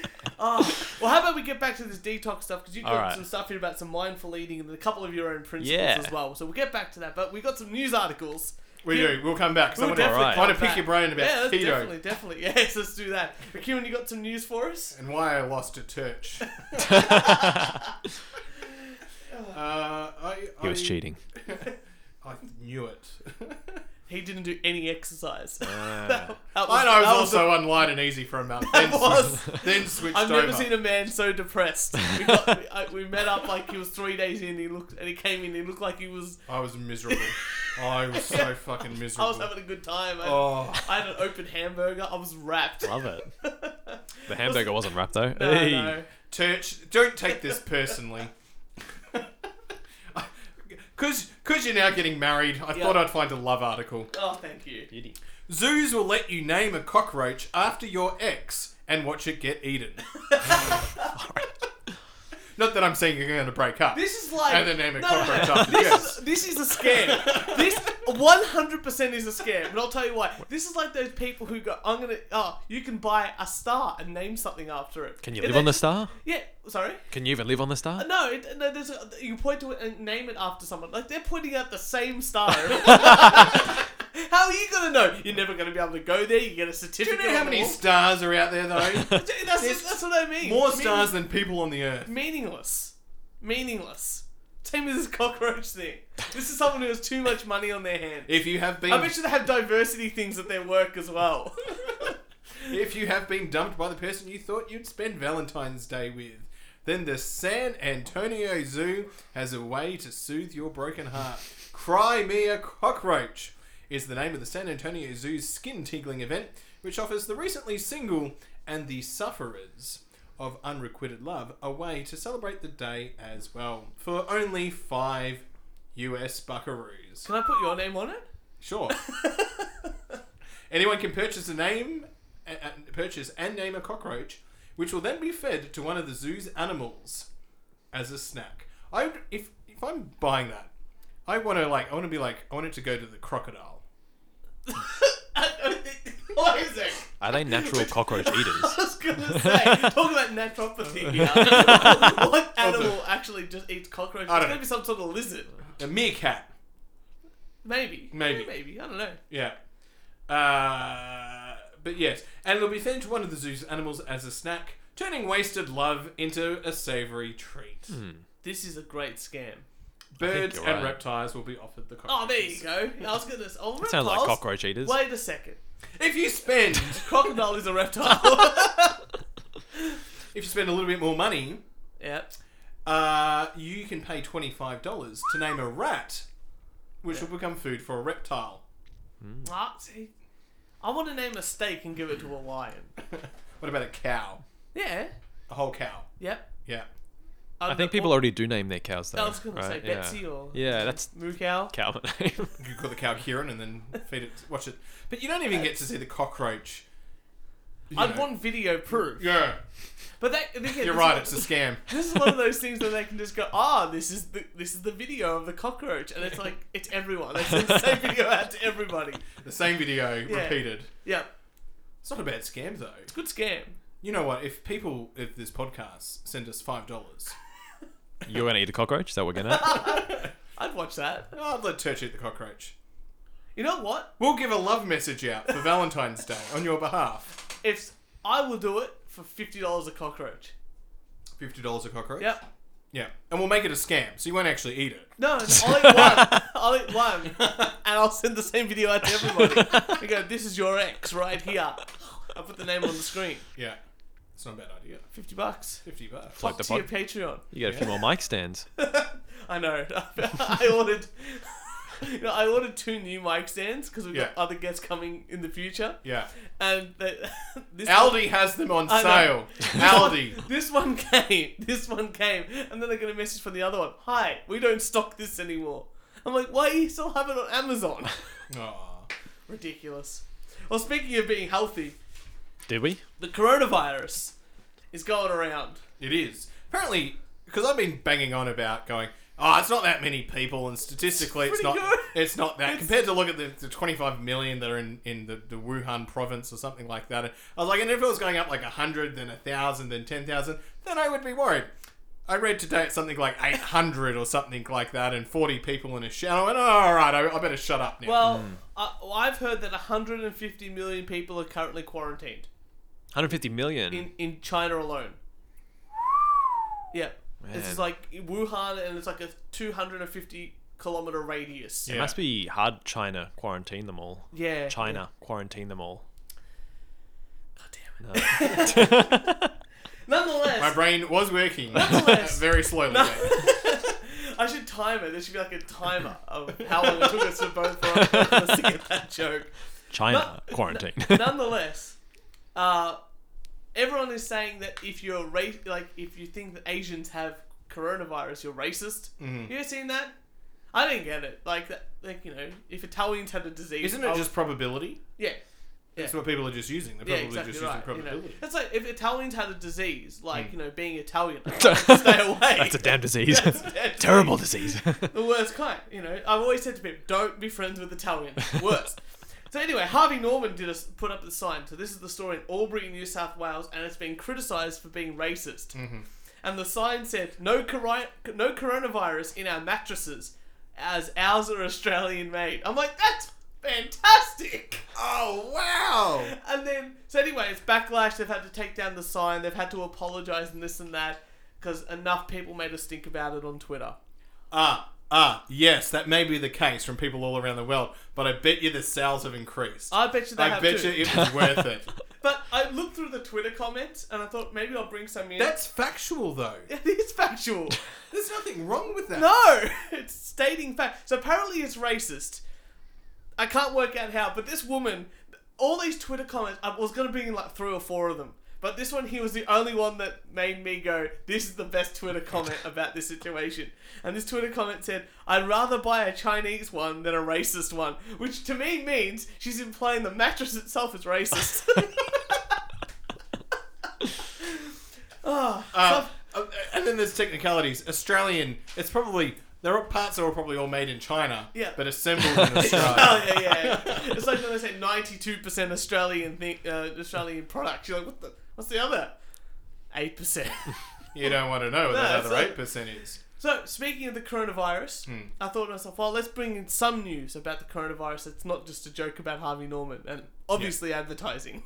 oh, well, how about we get back to this detox stuff because you got
All right.
some stuff here about some mindful eating and a couple of your own principles
Yeah.
as well. So we'll get back to that, but we got some news articles.
We do. We'll come back. 'cause
We'll
I want to,
definitely
Alright.
want to
come
pick
back.
your brain about
yeah, that's
keto
definitely, definitely. Yes, let's do that. McEwen, you got some news for us?
and why I lost at church. uh, I,
He was
I-
cheating.
I knew it.
He didn't do any exercise.
Ah.
That
Mine, I was
that
also on light and easy for a month. Then,
That was-
switched- then switched
I've
over.
never seen a man so depressed. We, got, we, I, we met up like he was three days in. He looked and he came in. He looked like he was.
I was miserable. I was so fucking miserable.
I was having a good time. I,
oh.
I had an open hamburger. I was wrapped.
Love it. The hamburger wasn't wrapped though.
No,
Hey.
no.
Church, don't take this personally. Because cause you're now getting married, I
Yeah.
thought I'd find a love article.
Oh, thank you.
Beauty.
Zoos will let you name a cockroach after your ex and watch it get eaten. Not that I'm saying you're going to break up.
This is like
and then name a
no,
cockroach after your
This
ex.
is, this is a scam. This 100% is a scam, and I'll tell you why. This is like those people who go, "I'm gonna, oh, you can buy a star and name something after it."
Can you
And
live on
they-
the star?
Yeah, sorry.
Can you even live on the star?
No, it, no there's a, you point to it and name it after someone. Like they're pointing out the same star. how are you gonna know? You're never gonna be able to go there. You get a
Do
certificate.
you know how
on the
many
wall.
stars are out there, though?
that's, that's what I mean.
More
Meaning-
stars than people on the earth.
meaningless, meaningless. Same as this cockroach thing. This is someone who has too much money on their hands.
If you have been,
I bet you they have diversity things at their work as well.
if you have been dumped by the person you thought you'd spend Valentine's Day with, then the San Antonio Zoo has a way to soothe your broken heart. Cry me a cockroach is the name of the San Antonio Zoo's skin tingling event, which offers the recently single and the sufferers of unrequited love a way to celebrate the day as well for only five US buckaroos.
Can I put your name on it?
Sure. Anyone can purchase a name, uh, uh, purchase and name a cockroach, which will then be fed to one of the zoo's animals as a snack. I would- if if I'm buying that, I want to like I want to be like I want it to go to the crocodile.
Isaac,
Are they natural cockroach eaters?
I was gonna say, talk about naturopathy here. what animal actually just eats cockroaches?
I
It's
don't
gonna be some sort of lizard.
A meerkat.
Maybe.
Maybe.
Yeah, maybe. I don't know.
Yeah. Uh, but yes, and it'll be fed to one of the zoo's animals as a snack, turning wasted love into a savory treat.
Hmm. This is a great scam.
Birds
you're
and
right.
reptiles will be offered the cockroach.
Oh, there you go. I was gonna. Oh, reptiles.
Sounds like cockroach eaters.
Wait a second.
If you spend
Crocodile is a reptile.
if you spend a little bit more money,
yeah.
uh, you can pay twenty five dollars to name a rat, which will become food for a reptile.
Ah, see, I want to name a steak and give it to a lion.
What about a cow?
Yeah.
A whole cow?
Yep.
Yeah.
I think people already do name their cows though.
I was gonna say
right?
Betsy
yeah.
or
Yeah, that's
Moo Cow.
cow name.
You could call the cow Kieran and then feed it, watch it. But you don't even get to see the cockroach. you
I'd
know.
want video proof.
Yeah,
But that again,
you're
this
right.
Is,
It's a scam.
this is one of those things where they can just go, ah, this is the this is the video of the cockroach, and it's like it's everyone. They send the same video out to everybody.
The same video
Yeah.
repeated.
Yeah,
It's not a bad scam though.
good scam.
You know what? If people, if this podcast send us five dollars,
You're gonna eat a cockroach? Is that what we're gonna? have?
I'd watch that.
I'd let Church eat the cockroach.
You know what?
We'll give a love message out for Valentine's Day on your behalf.
If I will do it for fifty dollars a cockroach.
Fifty dollars a cockroach.
Yep.
Yeah, and we'll make it a scam, so you won't actually eat it.
No, no, I'll eat one. I'll eat one, and I'll send the same video out to everybody. You go, this is your ex right here. I put the name on the screen.
Yeah, it's not a bad idea.
Fifty bucks.
Fifty bucks.
Like
Up
the
to your Patreon.
You get a few more mic stands.
I know. I ordered. You know, I ordered two new mic stands because we've
Yeah.
got other guests coming in the future,
Yeah,
and they, this one-
Aldi has them on
I
sale.
know.
Aldi.
This one came. This one came, and then I get a message from the other one. Hi, we don't stock this anymore. I'm like, why do you still have it on Amazon?
Aw.
Ridiculous. Well, speaking of being healthy,
Did we?
the coronavirus is going around.
It is apparently because I've been banging on about going. Oh, it's not that many people, and statistically, it's,
It's
not.
pretty good."
It's not that
It's-
compared to look at the, the 25 million that are in, in the, the Wuhan province or something like that. I was like, and if it was going up like hundred, then thousand, then ten thousand, then I would be worried. I read today it's something like 800 or something like that, and 40 people in a shower. I went, oh, all right, I, I better shut up now.
Well, I, well, I've heard that 150 million people are currently quarantined
150 million.
in, in China alone. Yeah. This
Man.
is like Wuhan, and it's like a 250 kilometer radius.
Yeah.
It must be hard China quarantine them all.
Yeah.
China quarantine them all.
God damn it. Nonetheless,
My brain was working
Nonetheless.
very slowly. though.
I should time it. There should be like a timer of how long it took us to both for us to get that joke.
China quarantine.
Nonetheless, uh, everyone is saying that if you're ra- like if you think that Asians have coronavirus, you're racist.
Mhm.
You ever seen that? I didn't get it. Like that, like you know, if Italians had a disease,
Isn't it
I-
just probability?
yeah?
That's what people are just using. They're
Yeah,
probably
exactly
just using Mm.
right. You know,
probability.
that's like if Italians had a disease, like you know, being Italian, like, stay away.
That's a damn disease.
That's a damn
Terrible disease.
the worst kind. You know, I've always said to people, don't be friends with Italians. Worst. so anyway, Harvey Norman did us put up the sign. So this is the story in Albury, New South Wales, and it's been criticised for being racist.
Mm-hmm.
And the sign said, "No, cori- no coronavirus in our mattresses, as ours are Australian made." I'm like, that's fantastic.
Oh wow!
And then, so anyway, it's backlash. They've had to take down the sign. They've had to apologise and this and that because enough people made a stink about it on Twitter.
Ah, ah, yes, that may be the case from people all around the world, but I bet you the sales have increased.
I bet you they
I
have
bet
too.
you it was worth it.
But I looked through the Twitter comments and I thought maybe I'll bring some in.
That's factual, though.
it is factual.
There's nothing wrong with that.
no, it's stating fact. So apparently it's racist. I can't work out how, but this woman, all these Twitter comments, I was going to bring in like three or four of them. But this one here was the only one that made me go, this is the best Twitter comment about this situation. And this Twitter comment said, I'd rather buy a Chinese one than a racist one. Which to me means she's implying the mattress itself is racist. oh,
Uh, uh, and then there's technicalities. Australian, it's probably, there are parts that are probably all made in China,
Yeah.
but assembled in Australia.
Oh yeah, yeah. It's like when they say ninety-two percent Australian thing, uh, Australian product. You're like, what the? What's the other? Eight percent.
you don't want to know what that
No,
other
it's
8% is.
So speaking of the coronavirus, I thought to myself, well, let's bring in some news about the coronavirus. It's not just a joke about Harvey Norman and obviously advertising.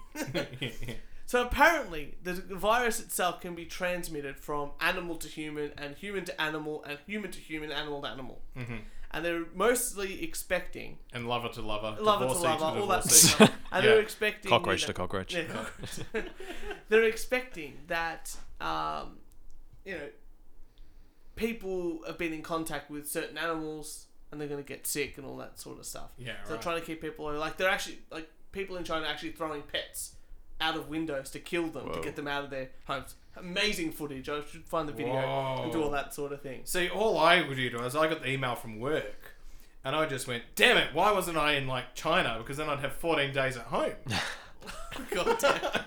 so apparently, the virus itself can be transmitted from animal to human, and human to animal, and human to human, animal to animal.
Mhm.
And they're mostly expecting
and lover to lover.
lover to
divorcee
lover, all that
divorcee.
sort of stuff. And
Yeah.
they're expecting you
cockroach
know-
to cockroach.
Yeah, cockroach. they're expecting that um, you know people have been in contact with certain animals and they're going to get sick and all that sort of stuff.
Yeah,
So they're
right.
trying to keep people away. like they're actually like people in China are actually throwing pets out of windows to kill them to
Whoa.
get them out of their homes. Amazing footage. I should find the video and do
Whoa.
all that sort of thing.
See, all I would do is I got the email from work, and I just went, "Damn it! Why wasn't I in like China? Because then I'd have 14 days at home."
God damn.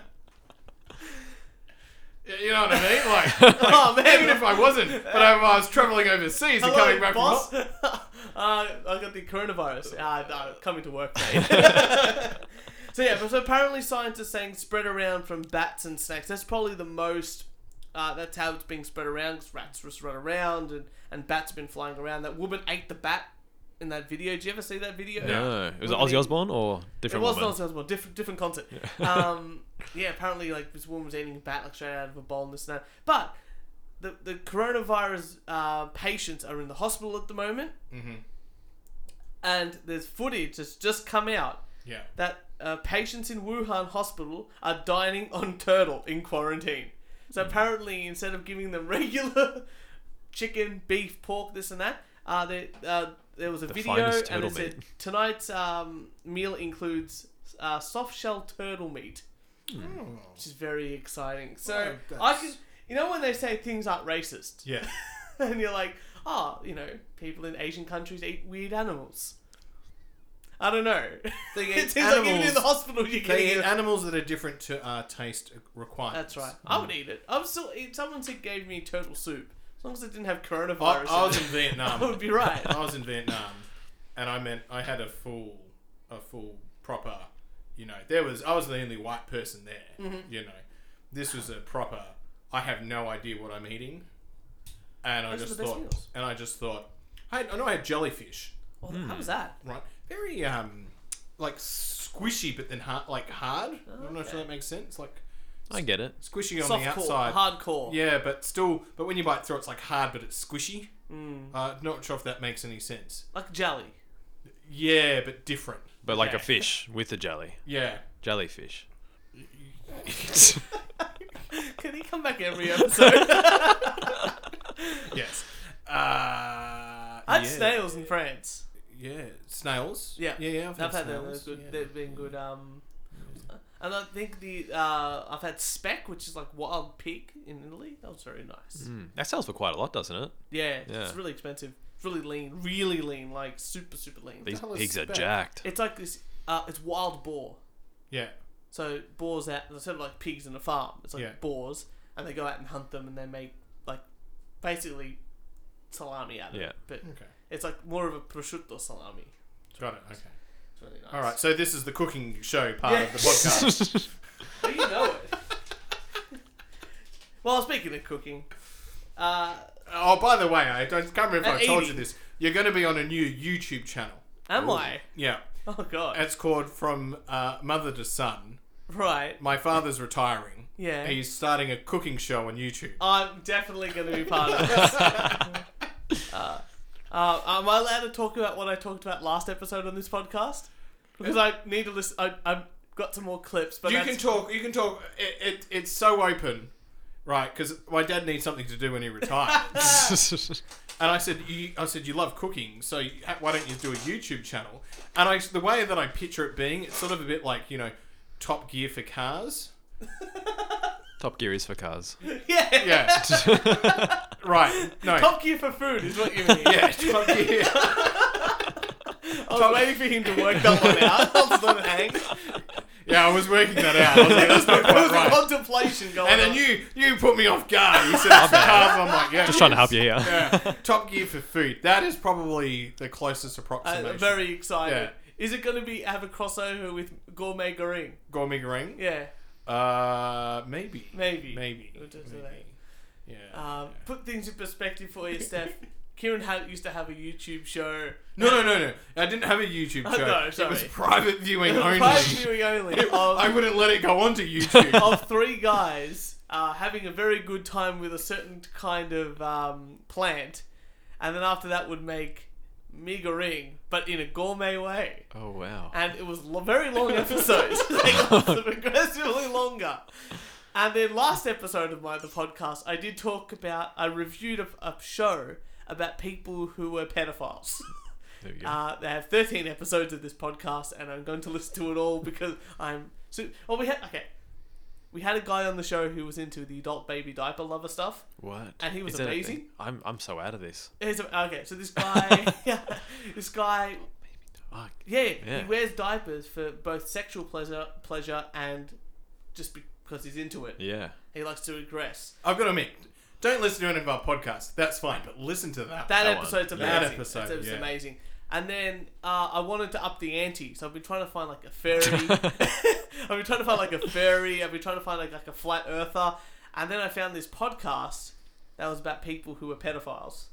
Y- you know what I mean? Like, like,
Oh, man.
even if I wasn't, but I, I was traveling overseas and
Hello,
coming back
boss.
from.
uh, I got the coronavirus. Uh, no, coming to work, mate. so yeah, but so apparently scientists saying spread around from bats and snakes. That's probably the most. Uh, that's how it's being spread around. 'cause rats just run around, and and bats have been flying around. That woman ate the bat in that video. Did you ever see that video?
No. It was
What
it
do you
Ozzy
mean?
Osbourne or different
it was
woman?
not Osbourne, different different concept. um, yeah, apparently like this woman was eating a bat like straight out of a bowl and this and that. But the the coronavirus uh, patients are in the hospital at the moment,
Mm-hmm.
hmm
and there's footage that's just come out
Yeah.
that uh, patients in Wuhan hospital are dining on turtle in quarantine.
Mm.
So apparently, instead of giving them regular chicken, beef, pork, this and that, uh, they, uh, there was a video
finest
and
turtle
it said tonight's um, meal includes uh, soft shell turtle meat, which is very exciting.
Oh,
So
Well,
I
that's-
can, you know, when they say things aren't racist,
Yeah.
and you're like, oh, you know, people in Asian countries eat weird animals. I don't know.
They
it
eat
seems like even in the
animals.
hospital you're getting
They eat
it.
animals that are different to our taste requirements.
That's right. I would eat it. I would still eat. Someone said gave me turtle soup. As long as it didn't have
I,
coronavirus,
I was
in
in
it,
Vietnam.
I would be right.
I was in Vietnam, and I meant I had a full, a full proper, you know. There was I was the only white person there.
Mm-hmm.
You know, this was a proper. I have no idea what I'm eating, and I
Those are
just
the best
thought,
meals.
and I just thought, I, had, I know I had jellyfish,
Well, How
Hmm.
was that?
right? Very um, like squishy, but then hard, like hard. I don't know if
Oh, Okay.
that makes sense. Like
I get it.
squishy on the
Softcore,
outside.
hardcore.
Yeah, but still, but when you bite through, it's like hard, but it's squishy.
Mm.
Uh, not sure if that makes any sense.
Like jelly.
Yeah, but different.
But like
Yeah.
a fish with a jelly.
Yeah.
Jellyfish.
Can he come back every episode?
Yes. Uh,
I had
yeah.
snails in France.
Yeah, snails.
Yeah.
yeah, yeah. I've,
I've had them. They're
snails.
good.
yeah.
They've been good. Um, and I think the uh, I've had speck, which is like wild pig in Italy. That was very nice.
Mm.
Hmm. That sells for quite a lot, doesn't it?
Yeah,
Yeah.
it's really expensive. It's really lean, really lean, like super super lean.
These
hell is
pigs are
spec?
jacked.
It's like this. Uh, it's wild boar.
yeah.
So boars out. They're sort of like pigs in a farm. It's like
Yeah.
boars, and they go out and hunt them, and they make like basically salami out of
Yeah.
it. But
Okay,
it's like more of a prosciutto salami.
got it. Okay.
It's really nice.
All right. So this is the cooking show part of the
Yeah.
podcast.
How do you know it? well, speaking of cooking, uh,
oh, by the way, I don't can't remember if
And
I told you
eating.
this. You're going to be on a new YouTube channel.
am I?
Yeah,
Oh god.
it's called From uh, Mother to Son.
Right.
My father's retiring.
Yeah. Oh,
He's starting a cooking show on YouTube.
I'm definitely going to be part of this. uh, uh, am I allowed to talk about what I talked about last episode on this podcast? Because I need to listen. I, I've got some more clips, but
you
that's-
can talk. You can talk. It, it, it's so open, right? Because my dad needs something to do when he retires. and I said, you, I said you love cooking, so you- why don't you do a YouTube channel? And I, the way that I picture it being, it's sort of a bit like you know, Top Gear for cars.
Top Gear is for cars.
yeah.
Yeah. right. No.
Top Gear for food is what you mean.
yeah. Top Gear.
I was waiting Oh, for him to work that one out. I was not hang.
Yeah, I was working that out. I was like, that's not
There was
quite
a
right.
contemplation going
And then
on.
you you put me off guard. You said it's for cars. I'm like, yeah.
Just trying to help you here.
Yeah. Top Gear for food. That is probably the closest approximation.
I'm Uh, very excited.
Yeah.
Is it going to be have a crossover with Gourmet Garing?
gourmet ring.
Yeah,
Uh, maybe.
maybe.
Maybe.
We'll just do
Maybe.
that.
Yeah.
Um, Put things in perspective for you, Steph. Kieran had, used to have a YouTube show.
no, no, no, no. I didn't have a YouTube
Oh,
show.
no,
It was
sorry.
private viewing only.
Private viewing only
I
of,
wouldn't let it go onto YouTube.
of three guys uh, having a very good time with a certain kind of um, plant, and then after that would make meagering, but in a gourmet way.
Oh wow.
and it was lo- very long episodes. they got progressively longer. And then last episode of my the podcast, I did talk about I reviewed a, a show about people who were pedophiles.
There we go.
Uh, they have 13 episodes of this podcast, and I'm going to listen to it all because I'm. So, well, we had okay. We had a guy on the show who was into the adult baby diaper lover stuff.
what?
and he was
Is that a
amazing.
thing? I'm I'm so out of this.
Here's a- okay, so this guy, this guy
Oh,
Yeah,
Yeah.
he wears diapers for both sexual pleasure, pleasure, and just because he's into it.
yeah.
He likes to regress.
I've got to admit, don't listen to any of our podcasts. That's fine, but listen to that.
That,
That one.
episode's
Yeah.
amazing.
That
That
episode,
episode, was
yeah.
amazing. And then uh, I wanted to up the ante, so I've been trying to find like a fairy. I've been trying to find like a fairy. I've been trying to find like like a flat earther, and then I found this podcast that was about people who were pedophiles.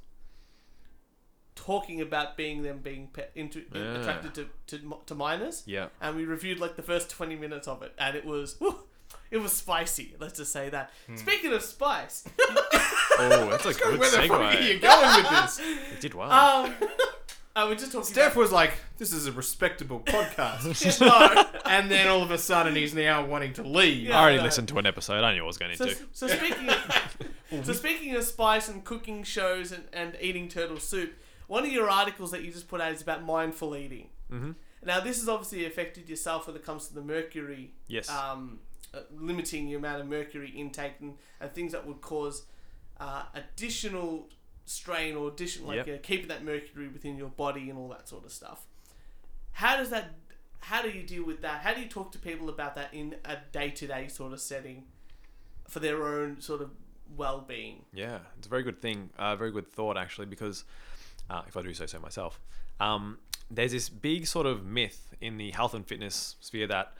Talking about being them being pe- into,
Yeah.
attracted to, to to minors,
Yeah.
and we reviewed like the first 20 minutes of it and it was whew, it was spicy let's just say that speaking of spice
Oh, that's a good
Where the fuck are you
segue.
going with this?
It did well.
um i was just talking
Steph was like, "This is a respectable podcast,"
about- No.
and then all of a sudden he's now wanting to leave.
Yeah.
I already
no.
listened to an episode. I knew I was going
so,
to.
so speaking of, so speaking of spice and cooking shows and, and eating turtle soup one of your articles that you just put out is about mindful eating
Mhm.
now this has obviously affected yourself when it comes to the mercury
Yes.
um, uh, limiting the amount of mercury intake and, and things that would cause uh, additional strain or additional like uh, keeping that mercury within your body and all that sort of stuff. How does that? How do you deal with that? How do you talk to people about that in a day to day sort of setting for their own sort of well being?
Yeah, it's a very good thing, uh, very good thought actually, because uh, if I do say so myself, um, there's this big sort of myth in the health and fitness sphere that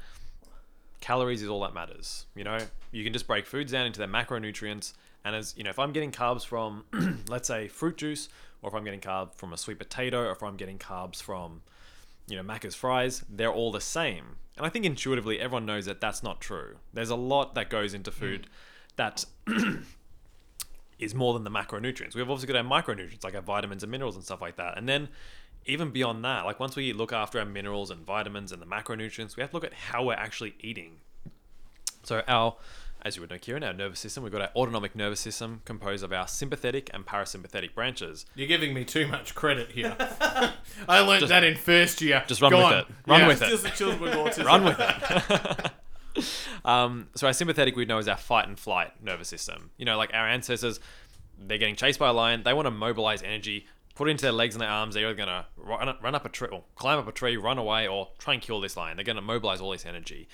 calories is all that matters. You know, you can just break foods down into their macronutrients, and as you know, if I'm getting carbs from, let's say, fruit juice, or if I'm getting carbs from a sweet potato, or if I'm getting carbs from you know, Macca's fries, they're all the same. And I think intuitively everyone knows that that's not true. There's a lot that goes into food that is more than the macronutrients. We've obviously got our micronutrients like our vitamins and minerals and stuff like that. And then even beyond that, like once we look after our minerals and vitamins and the macronutrients, we have to look at how we're actually eating. So our, as you would know, Kieran, our nervous system, we've got our autonomic nervous system composed of our sympathetic and parasympathetic branches.
You're giving me too much credit here. I learned that in first year.
just run
Go
with
on.
it. Run
Yeah.
with it.
Just the children with autism.
Run with it. um, so our sympathetic we know is our fight and flight nervous system. You know, like our ancestors, they're getting chased by a lion. They want to mobilize energy, put it into their legs and their arms. They're going to run, up- run up a tree, or climb up a tree, run away, or try and kill this lion. They're going to mobilize all this energy.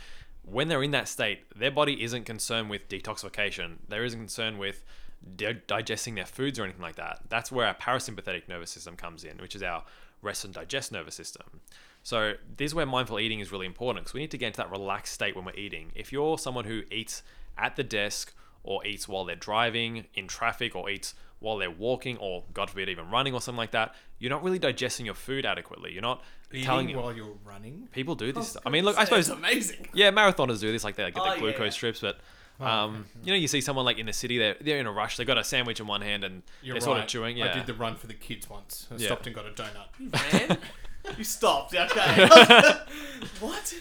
When they're in that state, their body isn't concerned with detoxification. There isn't concerned with di- digesting their foods or anything like that. That's where our parasympathetic nervous system comes in, which is our rest and digest nervous system. So this is where mindful eating is really important because we need to get into that relaxed state when we're eating. If you're someone who eats at the desk or eats while they're driving in traffic or eats while they're walking or God forbid even running or something like that, you're not really digesting your food adequately. You're not telling
Eating
them.
while Oh, you're running.
People do this. stuff. I mean, look, I
It's
suppose
amazing.
yeah, marathoners do this. Like they like, get
Oh,
their
yeah,
glucose
yeah.
strips, but um, you know, you see someone like in the city, they're they're in a rush. They got a sandwich in one hand and
You're
they're
right.
sort of chewing. Yeah,
I did the run for the kids once. I
Yeah.
stopped and got a donut.
Man, you stopped. Okay. what?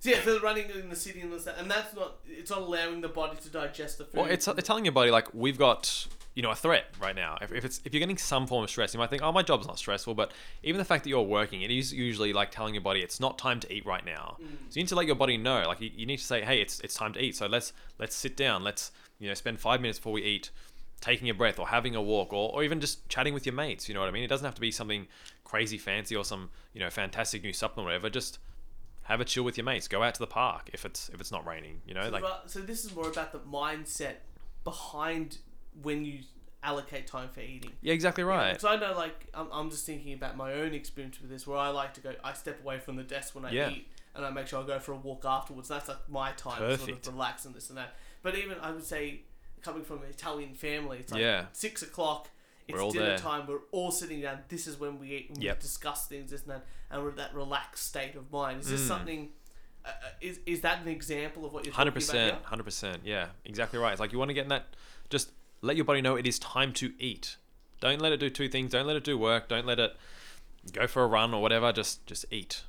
So yeah, so they're running in the city and this, and that's not. It's not allowing the body to digest the food.
Well, it's they're telling your body like we've got you know a threat right now. If, if it's if you're getting some form of stress, you might think, oh, my job's not stressful. But even the fact that you're working, it is usually like telling your body it's not time to eat right now. So you need to let your body know. Like you, you need to say, hey, it's it's time to eat. So let's let's sit down. Let's you know spend five minutes before we eat. Taking a breath or having a walk or, or even just chatting with your mates, you know what I mean? It doesn't have to be something crazy fancy or some, you know, fantastic new supplement or whatever. Just have a chill with your mates. Go out to the park if it's if it's not raining, you know?
So
like
ra- so this is more about the mindset behind when you allocate time for eating.
Yeah, exactly right.
Because I know, like, I'm, I'm just thinking about my own experience with this, where I like to go, I step away from the desk when I
Yeah.
eat, and I make sure I go for a walk afterwards. That's like my time, to sort
Perfect.
of relax and this and that. But even I would say, coming from an Italian family, it's like
Yeah.
six o'clock. It's
We're all
dinner
there.
time. We're all sitting down. This is when we eat and
Yep.
we discuss things, this and that, and we're at that relaxed state of mind. Is this
Mm.
something? Uh, uh, is is that an example of what you're
Hundred
talking about?
percent,
here?
hundred percent. Yeah, exactly right. It's like you want to get in that. Just let your body know it is time to eat. Don't let it do two things. Don't let it do work. Don't let it go for a run or whatever. Just just eat.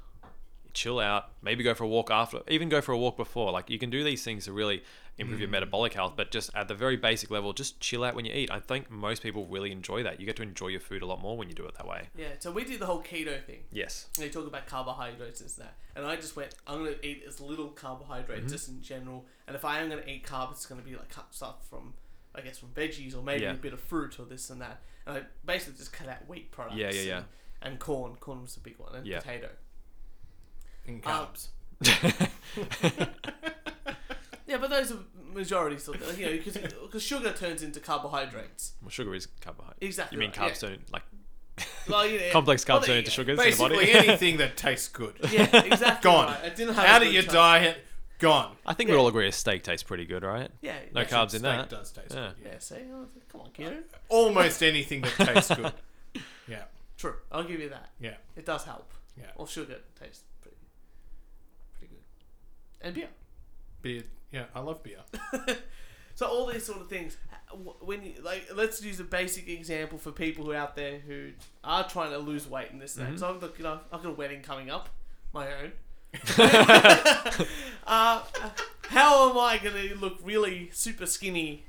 Chill out. Maybe go for a walk after. Even go for a walk before. Like you can do these things to really improve your metabolic health. But just at the very basic level, just chill out when you eat. I think most people really enjoy that. You get to enjoy your food a lot more when you do it that way.
Yeah. So we did the whole keto thing.
Yes.
they talk about carbohydrates and that. And I just went, I'm going to eat as little carbohydrates
Mm-hmm.
just in general. And if I am going to eat carbs, it's going to be like cut stuff from, I guess, from veggies or maybe
Yeah.
a bit of fruit or this and that. And I basically just cut out wheat products.
Yeah, yeah, yeah.
And, and corn. Corn was a big one. And
Yeah.
potato.
In
Um,
carbs.
Yeah, but those are majority sort of, you know, because sugar turns into carbohydrates.
well, sugar is carbohydrate.
Exactly.
You mean
right,
carbs
yeah.
don't like
Well, you know,
complex
well, there
carbs turn
you
into
go.
sugars in the body.
Basically anything that tastes good.
Yeah, exactly.
Gone.
Right. I didn't have
Out
a
of
good
your
time.
diet, gone.
I think
Yeah.
we all agree a steak tastes pretty good, right?
Yeah.
No
yeah.
carbs in
Steak
that.
does taste
Yeah.
good. yeah.
Yeah, see? Oh, Come on, kiddo.
Almost anything that tastes good. Yeah.
True. I'll give you that.
Yeah.
It does help.
Yeah.
Well, sugar tastes pretty, pretty good. And beer.
Beer. Yeah, I love beer.
So all these sort of things. uh, wh- When you, like, let's use a basic example for people who are out there who are trying to lose weight and this
Mm-hmm.
and that. So I'm looking. I've, I've got a wedding coming up, my own. uh, how am I going to look really super skinny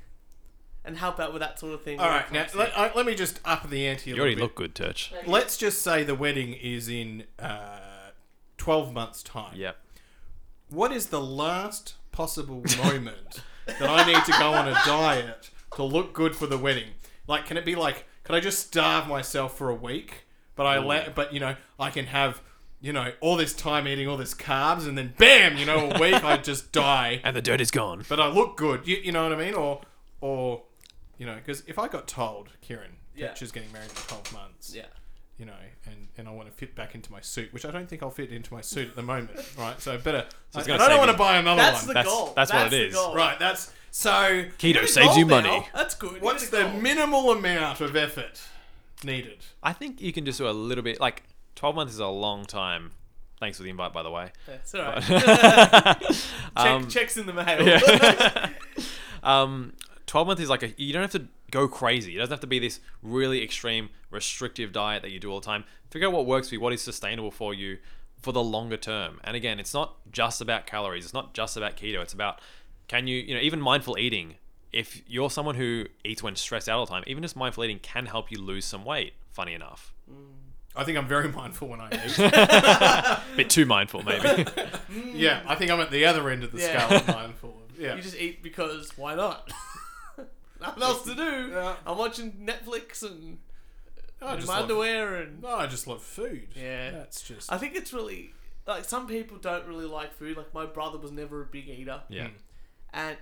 and help out with that sort of thing?
All
when it
right, now
comes to-
let, I, let me just up the ante a
You
little
already
bit.
look good, Turch.
Let's just say the wedding is in uh, 12 months' time.
Yep.
What is the last possible moment that I need to go on a diet to look good for the wedding? Like, can it be like, can I just starve myself for a week? But I let, but you know, I can have, you know, all this time eating all this carbs, and then bam, you know, a week I just die,
And the dirt is gone.
but I look good. You, you know what I mean? Or, or, you know, because if I got told, Kieran,
Yeah.
yeah. she's getting married in 12 months
Yeah.
you know, and, and I want to fit back into my suit, which I don't think I'll fit into my suit at the moment, right? So better.
it's
I, and
gonna
I don't
save
want to
you-
buy another
That's the
one.
That's-
goal.
that's what it
the
is.
goal.
right. That's so.
Keto
Good
saves you
goal now.
money.
That's good.
What's
Good
the
goal.
minimal amount of effort needed?
I think you can just do a little bit. Like, 12 months is a long time. Thanks for the invite, by the way.
That's all right. Check,
Um,
checks in the mail.
yeah. um, 12 month is like a you don't have to go crazy. It doesn't have to be this really extreme restrictive diet that you do all the time. Figure out what works for you, what is sustainable for you for the longer term. And again, it's not just about calories. It's not just about keto. It's about can you, you know, even mindful eating. If you're someone who eats when stressed out all the time, even just mindful eating can help you lose some weight, funny enough.
I think I'm very mindful when I eat.
A bit too mindful maybe.
yeah, I think I'm at the other end of the
Yeah.
scale of mindful. Yeah.
You just eat because why not? Nothing else to do.
Yeah.
I'm watching Netflix and,
I
and
just
my
love,
underwear and.
no, I just love food.
Yeah.
That's just.
I think it's really like some people don't really like food. Like my brother was never a big eater,
Yeah.
Hmm.
and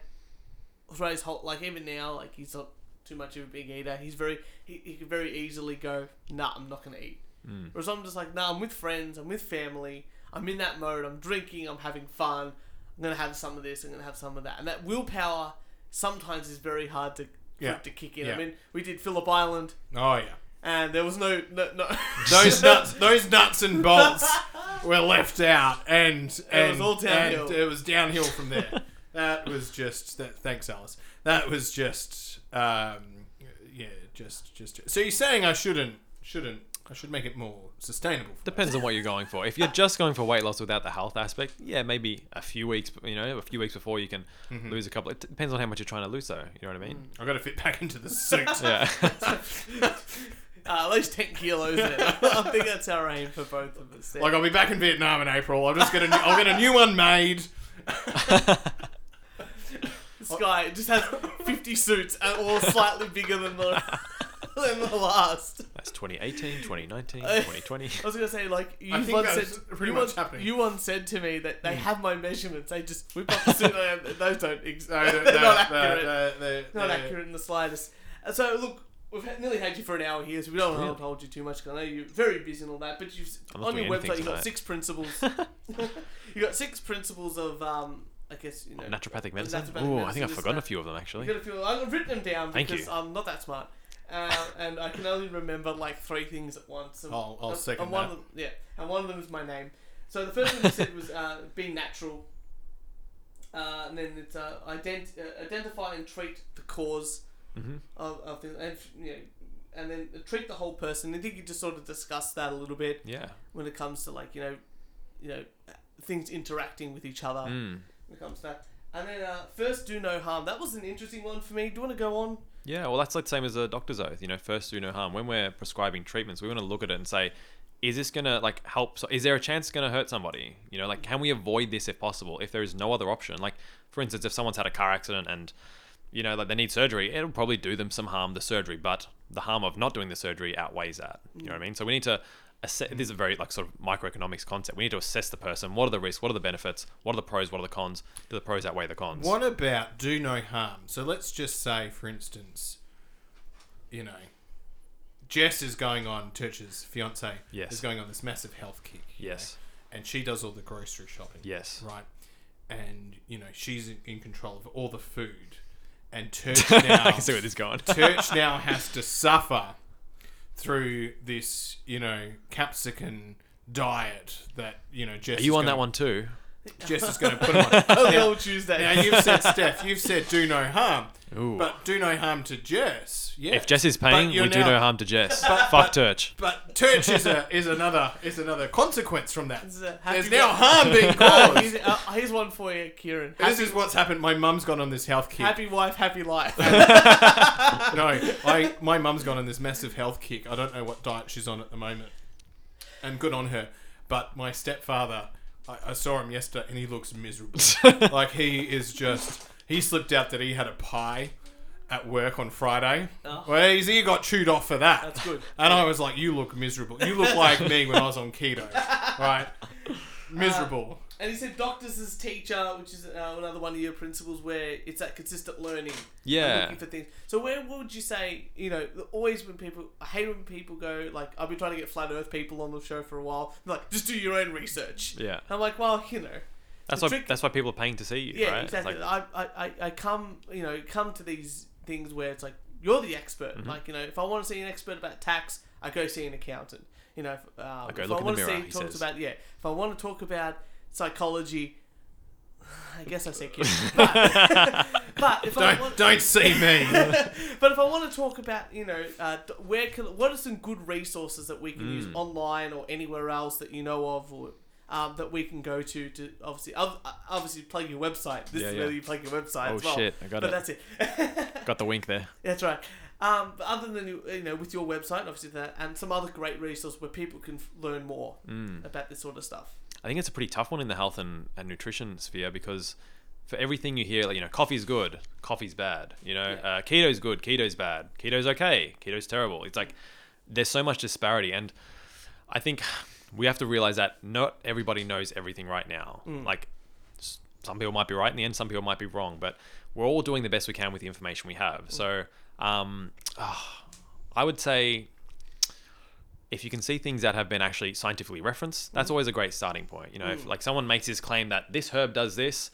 throughout his whole like even now like he's not too much of a big eater. He's very he, he could very easily go nah I'm not gonna eat.
Mm.
Whereas I'm just like nah I'm with friends I'm with family I'm in that mode I'm drinking I'm having fun I'm gonna have some of this I'm gonna have some of that and that willpower sometimes is very hard to
Yeah.
to kick in.
Yeah.
I mean we did Phillip Island
Oh yeah.
and there was no no no
Those nuts, those nuts and bolts were left out, and, and
all downhill.
and it was downhill from there. that was just that. Thanks, Alice. That was just. Um, yeah, just, just. So you're saying I shouldn't, shouldn't. I should make it more sustainable. for
Depends on what you're going for. If you're just going for weight loss without the health aspect, yeah, maybe a few weeks, you know, a few weeks before you can lose a couple. It depends on how much you're trying to lose, though. You know what I mean?
I got to fit back into the suit.
Yeah.
uh, at least ten kilos. Then. I think that's our aim for both of us. there.
like I'll be back in Vietnam in April. I'll just get a new, I'll get a new one made.
This guy just has 50 suits, and all slightly bigger than the, than the last.
That's 2018, 2019, 2020.
I was gonna say, like you
think
once
that's
said,
pretty
you
much
once,
happening. Hmm.
you once said to me that they have my measurements. They just whip up the suit. I have, those don't. Ex-
No,
they're
no,
not
no,
accurate.
no, no,
not
no.
accurate in the slightest. And so look, we've had, nearly had you for an hour here, so we don't want to hold you too much. 'cause I know you're very busy and all that, but you've
I'm not
on your
doing anything
website you got
tonight.
six principles. you got six principles of, um, I guess you know.
Naturopathic medicine.
Naturopathic
Oh, I
medicine
think I've
is
forgotten a
that-
few of them
You
actually.
gotta feel. I've written them down
Thank
because
you.
I'm not that smart, uh, and I can only remember like three things at once. And,
I'll- I'll
and-
second
and one
that.
Of them, yeah, and one of them is my name. So the first one you said was uh, be natural, uh, and then it's uh, ident- uh, identify and treat the cause
Mm-hmm.
of, of things, and you know, and then treat the whole person. I think you just sort of discussed that a little bit
Yeah.
when it comes to like you know, you know, things interacting with each other
Mm.
when it comes to that. And then uh, first, do no harm. That was an interesting one for me. Do you want to go on?
Yeah. Well, that's like the same as a doctor's oath. You know, first do no harm. When we're prescribing treatments, we want to look at it and say, is this gonna like help? So, is there a chance it's gonna hurt somebody? You know, like can we avoid this if possible? If there is no other option, like for instance, if someone's had a car accident and you know, like they need surgery, it'll probably do them some harm, the surgery, but the harm of not doing the surgery outweighs that. You know what I mean? So we need to assess, this is a very like sort of microeconomics concept. We need to assess the person. What are the risks? What are the benefits? What are the pros? What are the cons? Do the pros outweigh the cons?
What about do no harm? So let's just say, for instance, you know, Jess is going on Church's fiance
Yes.
is going on this massive health kick. you
Yes.
know, and she does all the grocery shopping.
Yes.
right? And you know she's in- in control of all the food, and church now.
I can see where this is going.
church now has to suffer through this, you know, capsicum diet that you know Jess.
Are
is
you on
gonna-
that one too?
Jess is going to put him on.
Oh, the old Tuesday.
Now you've said Steph, you've said do no harm,
Ooh.
but do no harm to Jess. Yeah.
if Jess is paying,
you're
we do
now-
no harm to Jess. Fuck Church.
But church is a is another is another consequence from that.
It's a happy
There's now
day.
harm being caused.
Here's, uh, here's one for you, Kieran. Happy,
This is what's happened. My mum's gone on this health kick.
happy wife, happy life.
No, I my mum's gone on this massive health kick. I don't know what diet she's on at the moment, and good on her. But my stepfather, I, I saw him yesterday, and he looks miserable. like he is just he slipped out that he had a pie at work on Friday.
Oh.
Well, his ear got chewed off for that.
That's good.
And I was like, "You look miserable. You look like me when I was on keto, right?
Uh,
Miserable."
and he said doctors as teacher, which is uh, another one of your principles where it's that consistent learning. and
Yeah.
looking for things. So where would you say, you know, always when people, I hate when people go, like, I've been trying to get flat earth people on the show for a while. They're like, just do your own research.
Yeah.
I'm like, well, you know.
That's
the
why
trick-
that's why people are paying to see you,
Yeah,
right?
exactly.
Like,
I, I, I- I come, you know, come to these things where it's like you're the expert.
Mm-hmm.
Like, you know, if I want to see an expert about tax, I go see an accountant. You know, if, um,
go
if
look
I
in the
want to
mirror,
see
he
talks
says.
about yeah, if I want to talk about psychology, I guess I said kids. But, but if I
Don't
want,
don't see me.
but if I want to talk about, you know, uh, d- where can what are some good resources that we can use
Mm.
online or anywhere else that you know of, or um, that we can go to to obviously ob- uh, obviously plug your website. This
Yeah,
is
yeah.
where you plug your website.
Oh,
as well.
shit, I got
but
it.
that's it.
Got the wink there.
That's right. Um, but other than you you know, with your website, obviously that, and some other great resource where people can f- learn more
Mm.
about this sort of stuff.
I think it's a pretty tough one in the health and, and nutrition sphere because for everything you hear, like, you know, coffee's good, coffee's bad, you know,
Yeah.
uh, keto's good, keto's bad, keto's okay, keto's terrible. It's like there's so much disparity. And I think we have to realize that not everybody knows everything right now.
Mm.
Like, s- some people might be right in the end, some people might be wrong, but we're all doing the best we can with the information we have. So, um, I would say if you can see things that have been actually scientifically referenced,
Mm.
that's always a great starting point. You know, if like someone makes this claim that this herb does this,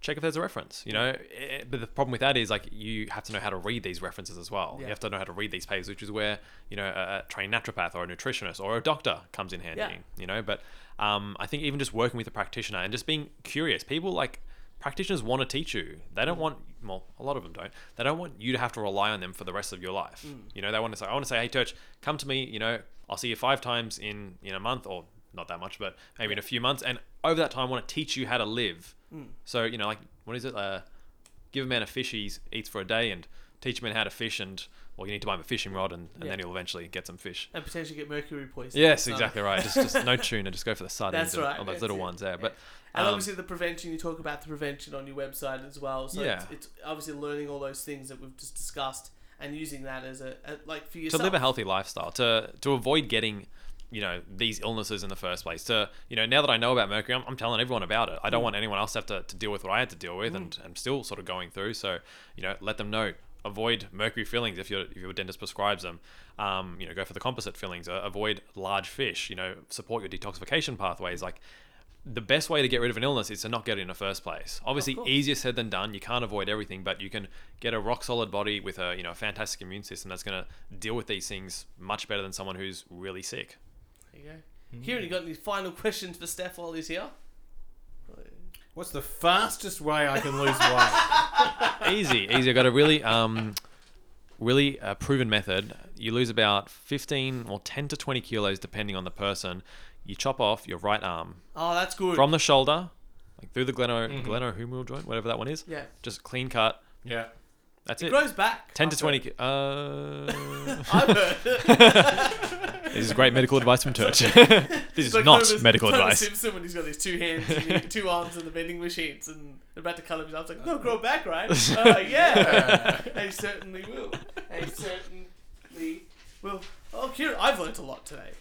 check if there's a reference. You know, Eh, but the problem with that is like you have to know how to read these references as well.
Yeah.
You have to know how to read these papers, which is where you know a, a trained naturopath or a nutritionist or a doctor comes in handy.
Yeah.
You know, but um, I think even just working with a practitioner and just being curious, people like practitioners want to teach you. They don't want well, a lot of them don't. They don't want you to have to rely on them for the rest of your life. You know, they want to say, I want to say, hey, Church, come to me. You know, I'll see you five times in in a month or not that much, but maybe in a few months. And over that time, I want to teach you how to live. So you know, like what is it? Uh, give a man a fish he eats for a day, and teach a man how to fish, and well, you need to buy him a fishing rod, and, and
Yeah.
then he'll eventually get some fish.
And potentially get mercury poisoning.
Yes,
So-
exactly right. Just, just no tuna. Just go for the sardines
That's
and
right,
all those
that's
little
it.
ones there. But
And
um,
obviously the prevention, you talk about the prevention on your website as well. So
Yeah.
it's, it's obviously learning all those things that we've just discussed and using that as a, a like for
to
yourself.
live a healthy lifestyle, to to avoid getting, you know, these illnesses in the first place. To you know, now that I know about mercury, I'm, I'm telling everyone about it. I
Mm.
don't want anyone else to have to, to deal with what I had to deal with, and I'm still sort of going through. So you know, let them know. Avoid mercury fillings if your if your dentist prescribes them. Um, you know, go for the composite fillings. Uh, avoid large fish. You know, support your detoxification pathways. Like the best way to get rid of an illness is to not get it in the first place. Obviously,
course.
easier said than done. You can't avoid everything, but you can get a rock solid body with a you know a fantastic immune system that's going to deal with these things much better than someone who's really sick.
There you
Mm-hmm.
go. Kieran, you got any final questions for Steph while he's here?
What's the fastest way I can lose weight?
easy, easy. I got a really um, really uh, proven method. You lose about fifteen or ten to twenty kilos depending on the person. You chop off your right arm
Oh, that's good.
from the shoulder, like through the gleno glenohumeral joint, whatever that one is.
yeah.
Just clean cut.
Yeah.
That's
It
it.
grows back.
10 to 20. ki- Uh,
I've heard.
this is great medical advice from Church. this is
It's like
not
Homer-
medical
Homer
advice.
Simpson when he's got his two hands, and two arms, and the vending machines, and about to cut him. I was like, "No, grow back, right?" Uh, yeah, they certainly will. They certainly will. Oh, Kieran, I've learnt a lot today.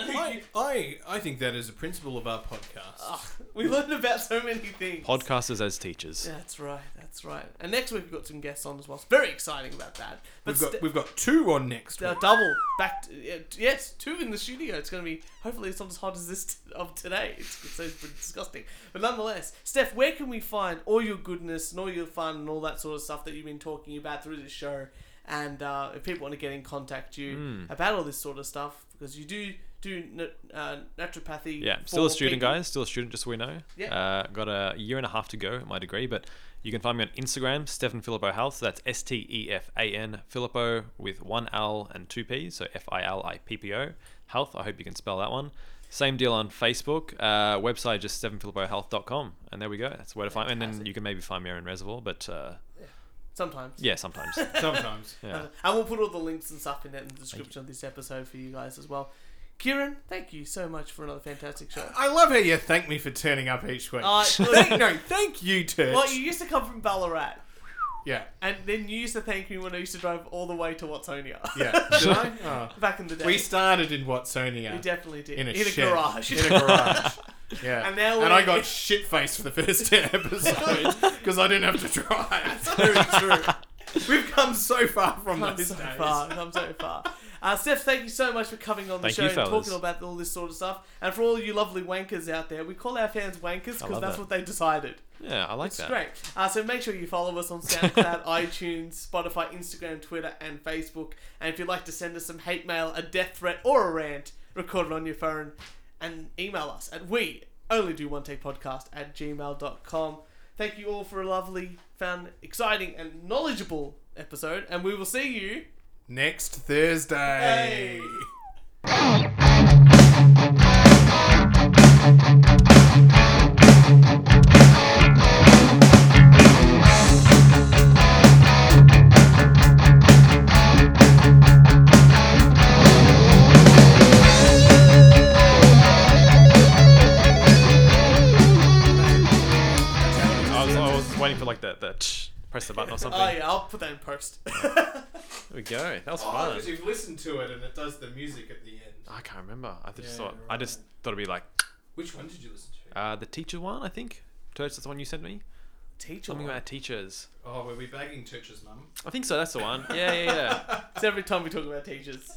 I think
I,
you-
I, I think that is a principle of our podcast.
ah, we learned about so many things.
Podcasters as teachers.
That's right. That's right. And next week we've got some guests on as well. It's very exciting about that. But
We've got
st-
we've got two on next
uh,
week.
double back. To, yeah, t- yes, two in the studio. It's going to be. Hopefully, it's not as hot as this t- of today. It's, it's so disgusting, but nonetheless, Steph, where can we find all your goodness and all your fun and all that sort of stuff that you've been talking about through this show? And uh, if people want to get in contact you
Hmm.
about all this sort of stuff, because you do do n- uh, naturopathy.
Yeah, still a
for
student,
people.
guys. Still a student, just so we know.
Yeah.
Uh, got a year and a half to go at my degree, but you can find me on Instagram, Stefan Filippo Health. So that's S T E F A N Filippo with one L and two P's, so F I L I P P O Health. I hope you can spell that one. Same deal on Facebook. Uh, website just stephanfilippohealth.com, and there we go. That's where to find. And then
Fantastic.
you can maybe find me in Reservoir, but uh,
Sometimes. Uh,
yeah, sometimes.
Sometimes.
Yeah.
And we'll put all the links and stuff in it in the description of this episode for you guys as well. Kieran, thank you so much for another fantastic show.
I love how you thank me for turning up each week.
Uh,
thank, no, thank you, Turch.
Well, you used to come from Ballarat,
yeah,
and then you used to thank me when I used to drive all the way to Watsonia
yeah. Did I? Oh.
back in the day.
We
We,
started in Watsonia.
definitely did.
in a, shed.
garage.
In a garage. Yeah.
And now
and I
we-
got shit faced for the first 10 episodes because I didn't have to drive.
Very true.
We've come so far from
Come
those
so
days.
far. Come so far. Uh, Steph, thank you so much for coming on the
Thank
show
you,
and
fellas.
talking about all this sort of stuff. And for all you lovely wankers out there, we call our fans wankers because
love
that's
that.
what they decided.
yeah, I like
It's
that.
great. Uh, so make sure you follow us on SoundCloud, iTunes, Spotify, Instagram, Twitter, and Facebook. And if you'd like to send us some hate mail, a death threat, or a rant, record it on your phone and email us at we only do one take podcast at gmail.com. Thank you all for a lovely, fun, exciting, and knowledgeable episode, and we will see you.
Next Thursday.
Hey.
I was, I was waiting for like that, that press the button or something.
Oh, yeah, I'll put that in post.
There we go. That was
Oh,
fun.
because you've listened to it and it does the music at the end.
I can't remember. I just
Yeah,
thought I
right.
just thought it'd be like
Which one did you listen to?
uh, the teacher one. I think. Turch, that's the one you sent me.
Teacher.
Something
one.
about teachers.
Oh, were we bagging Church's mum?
I think so. That's the one. Yeah, yeah, yeah.
It's every time we talk about teachers.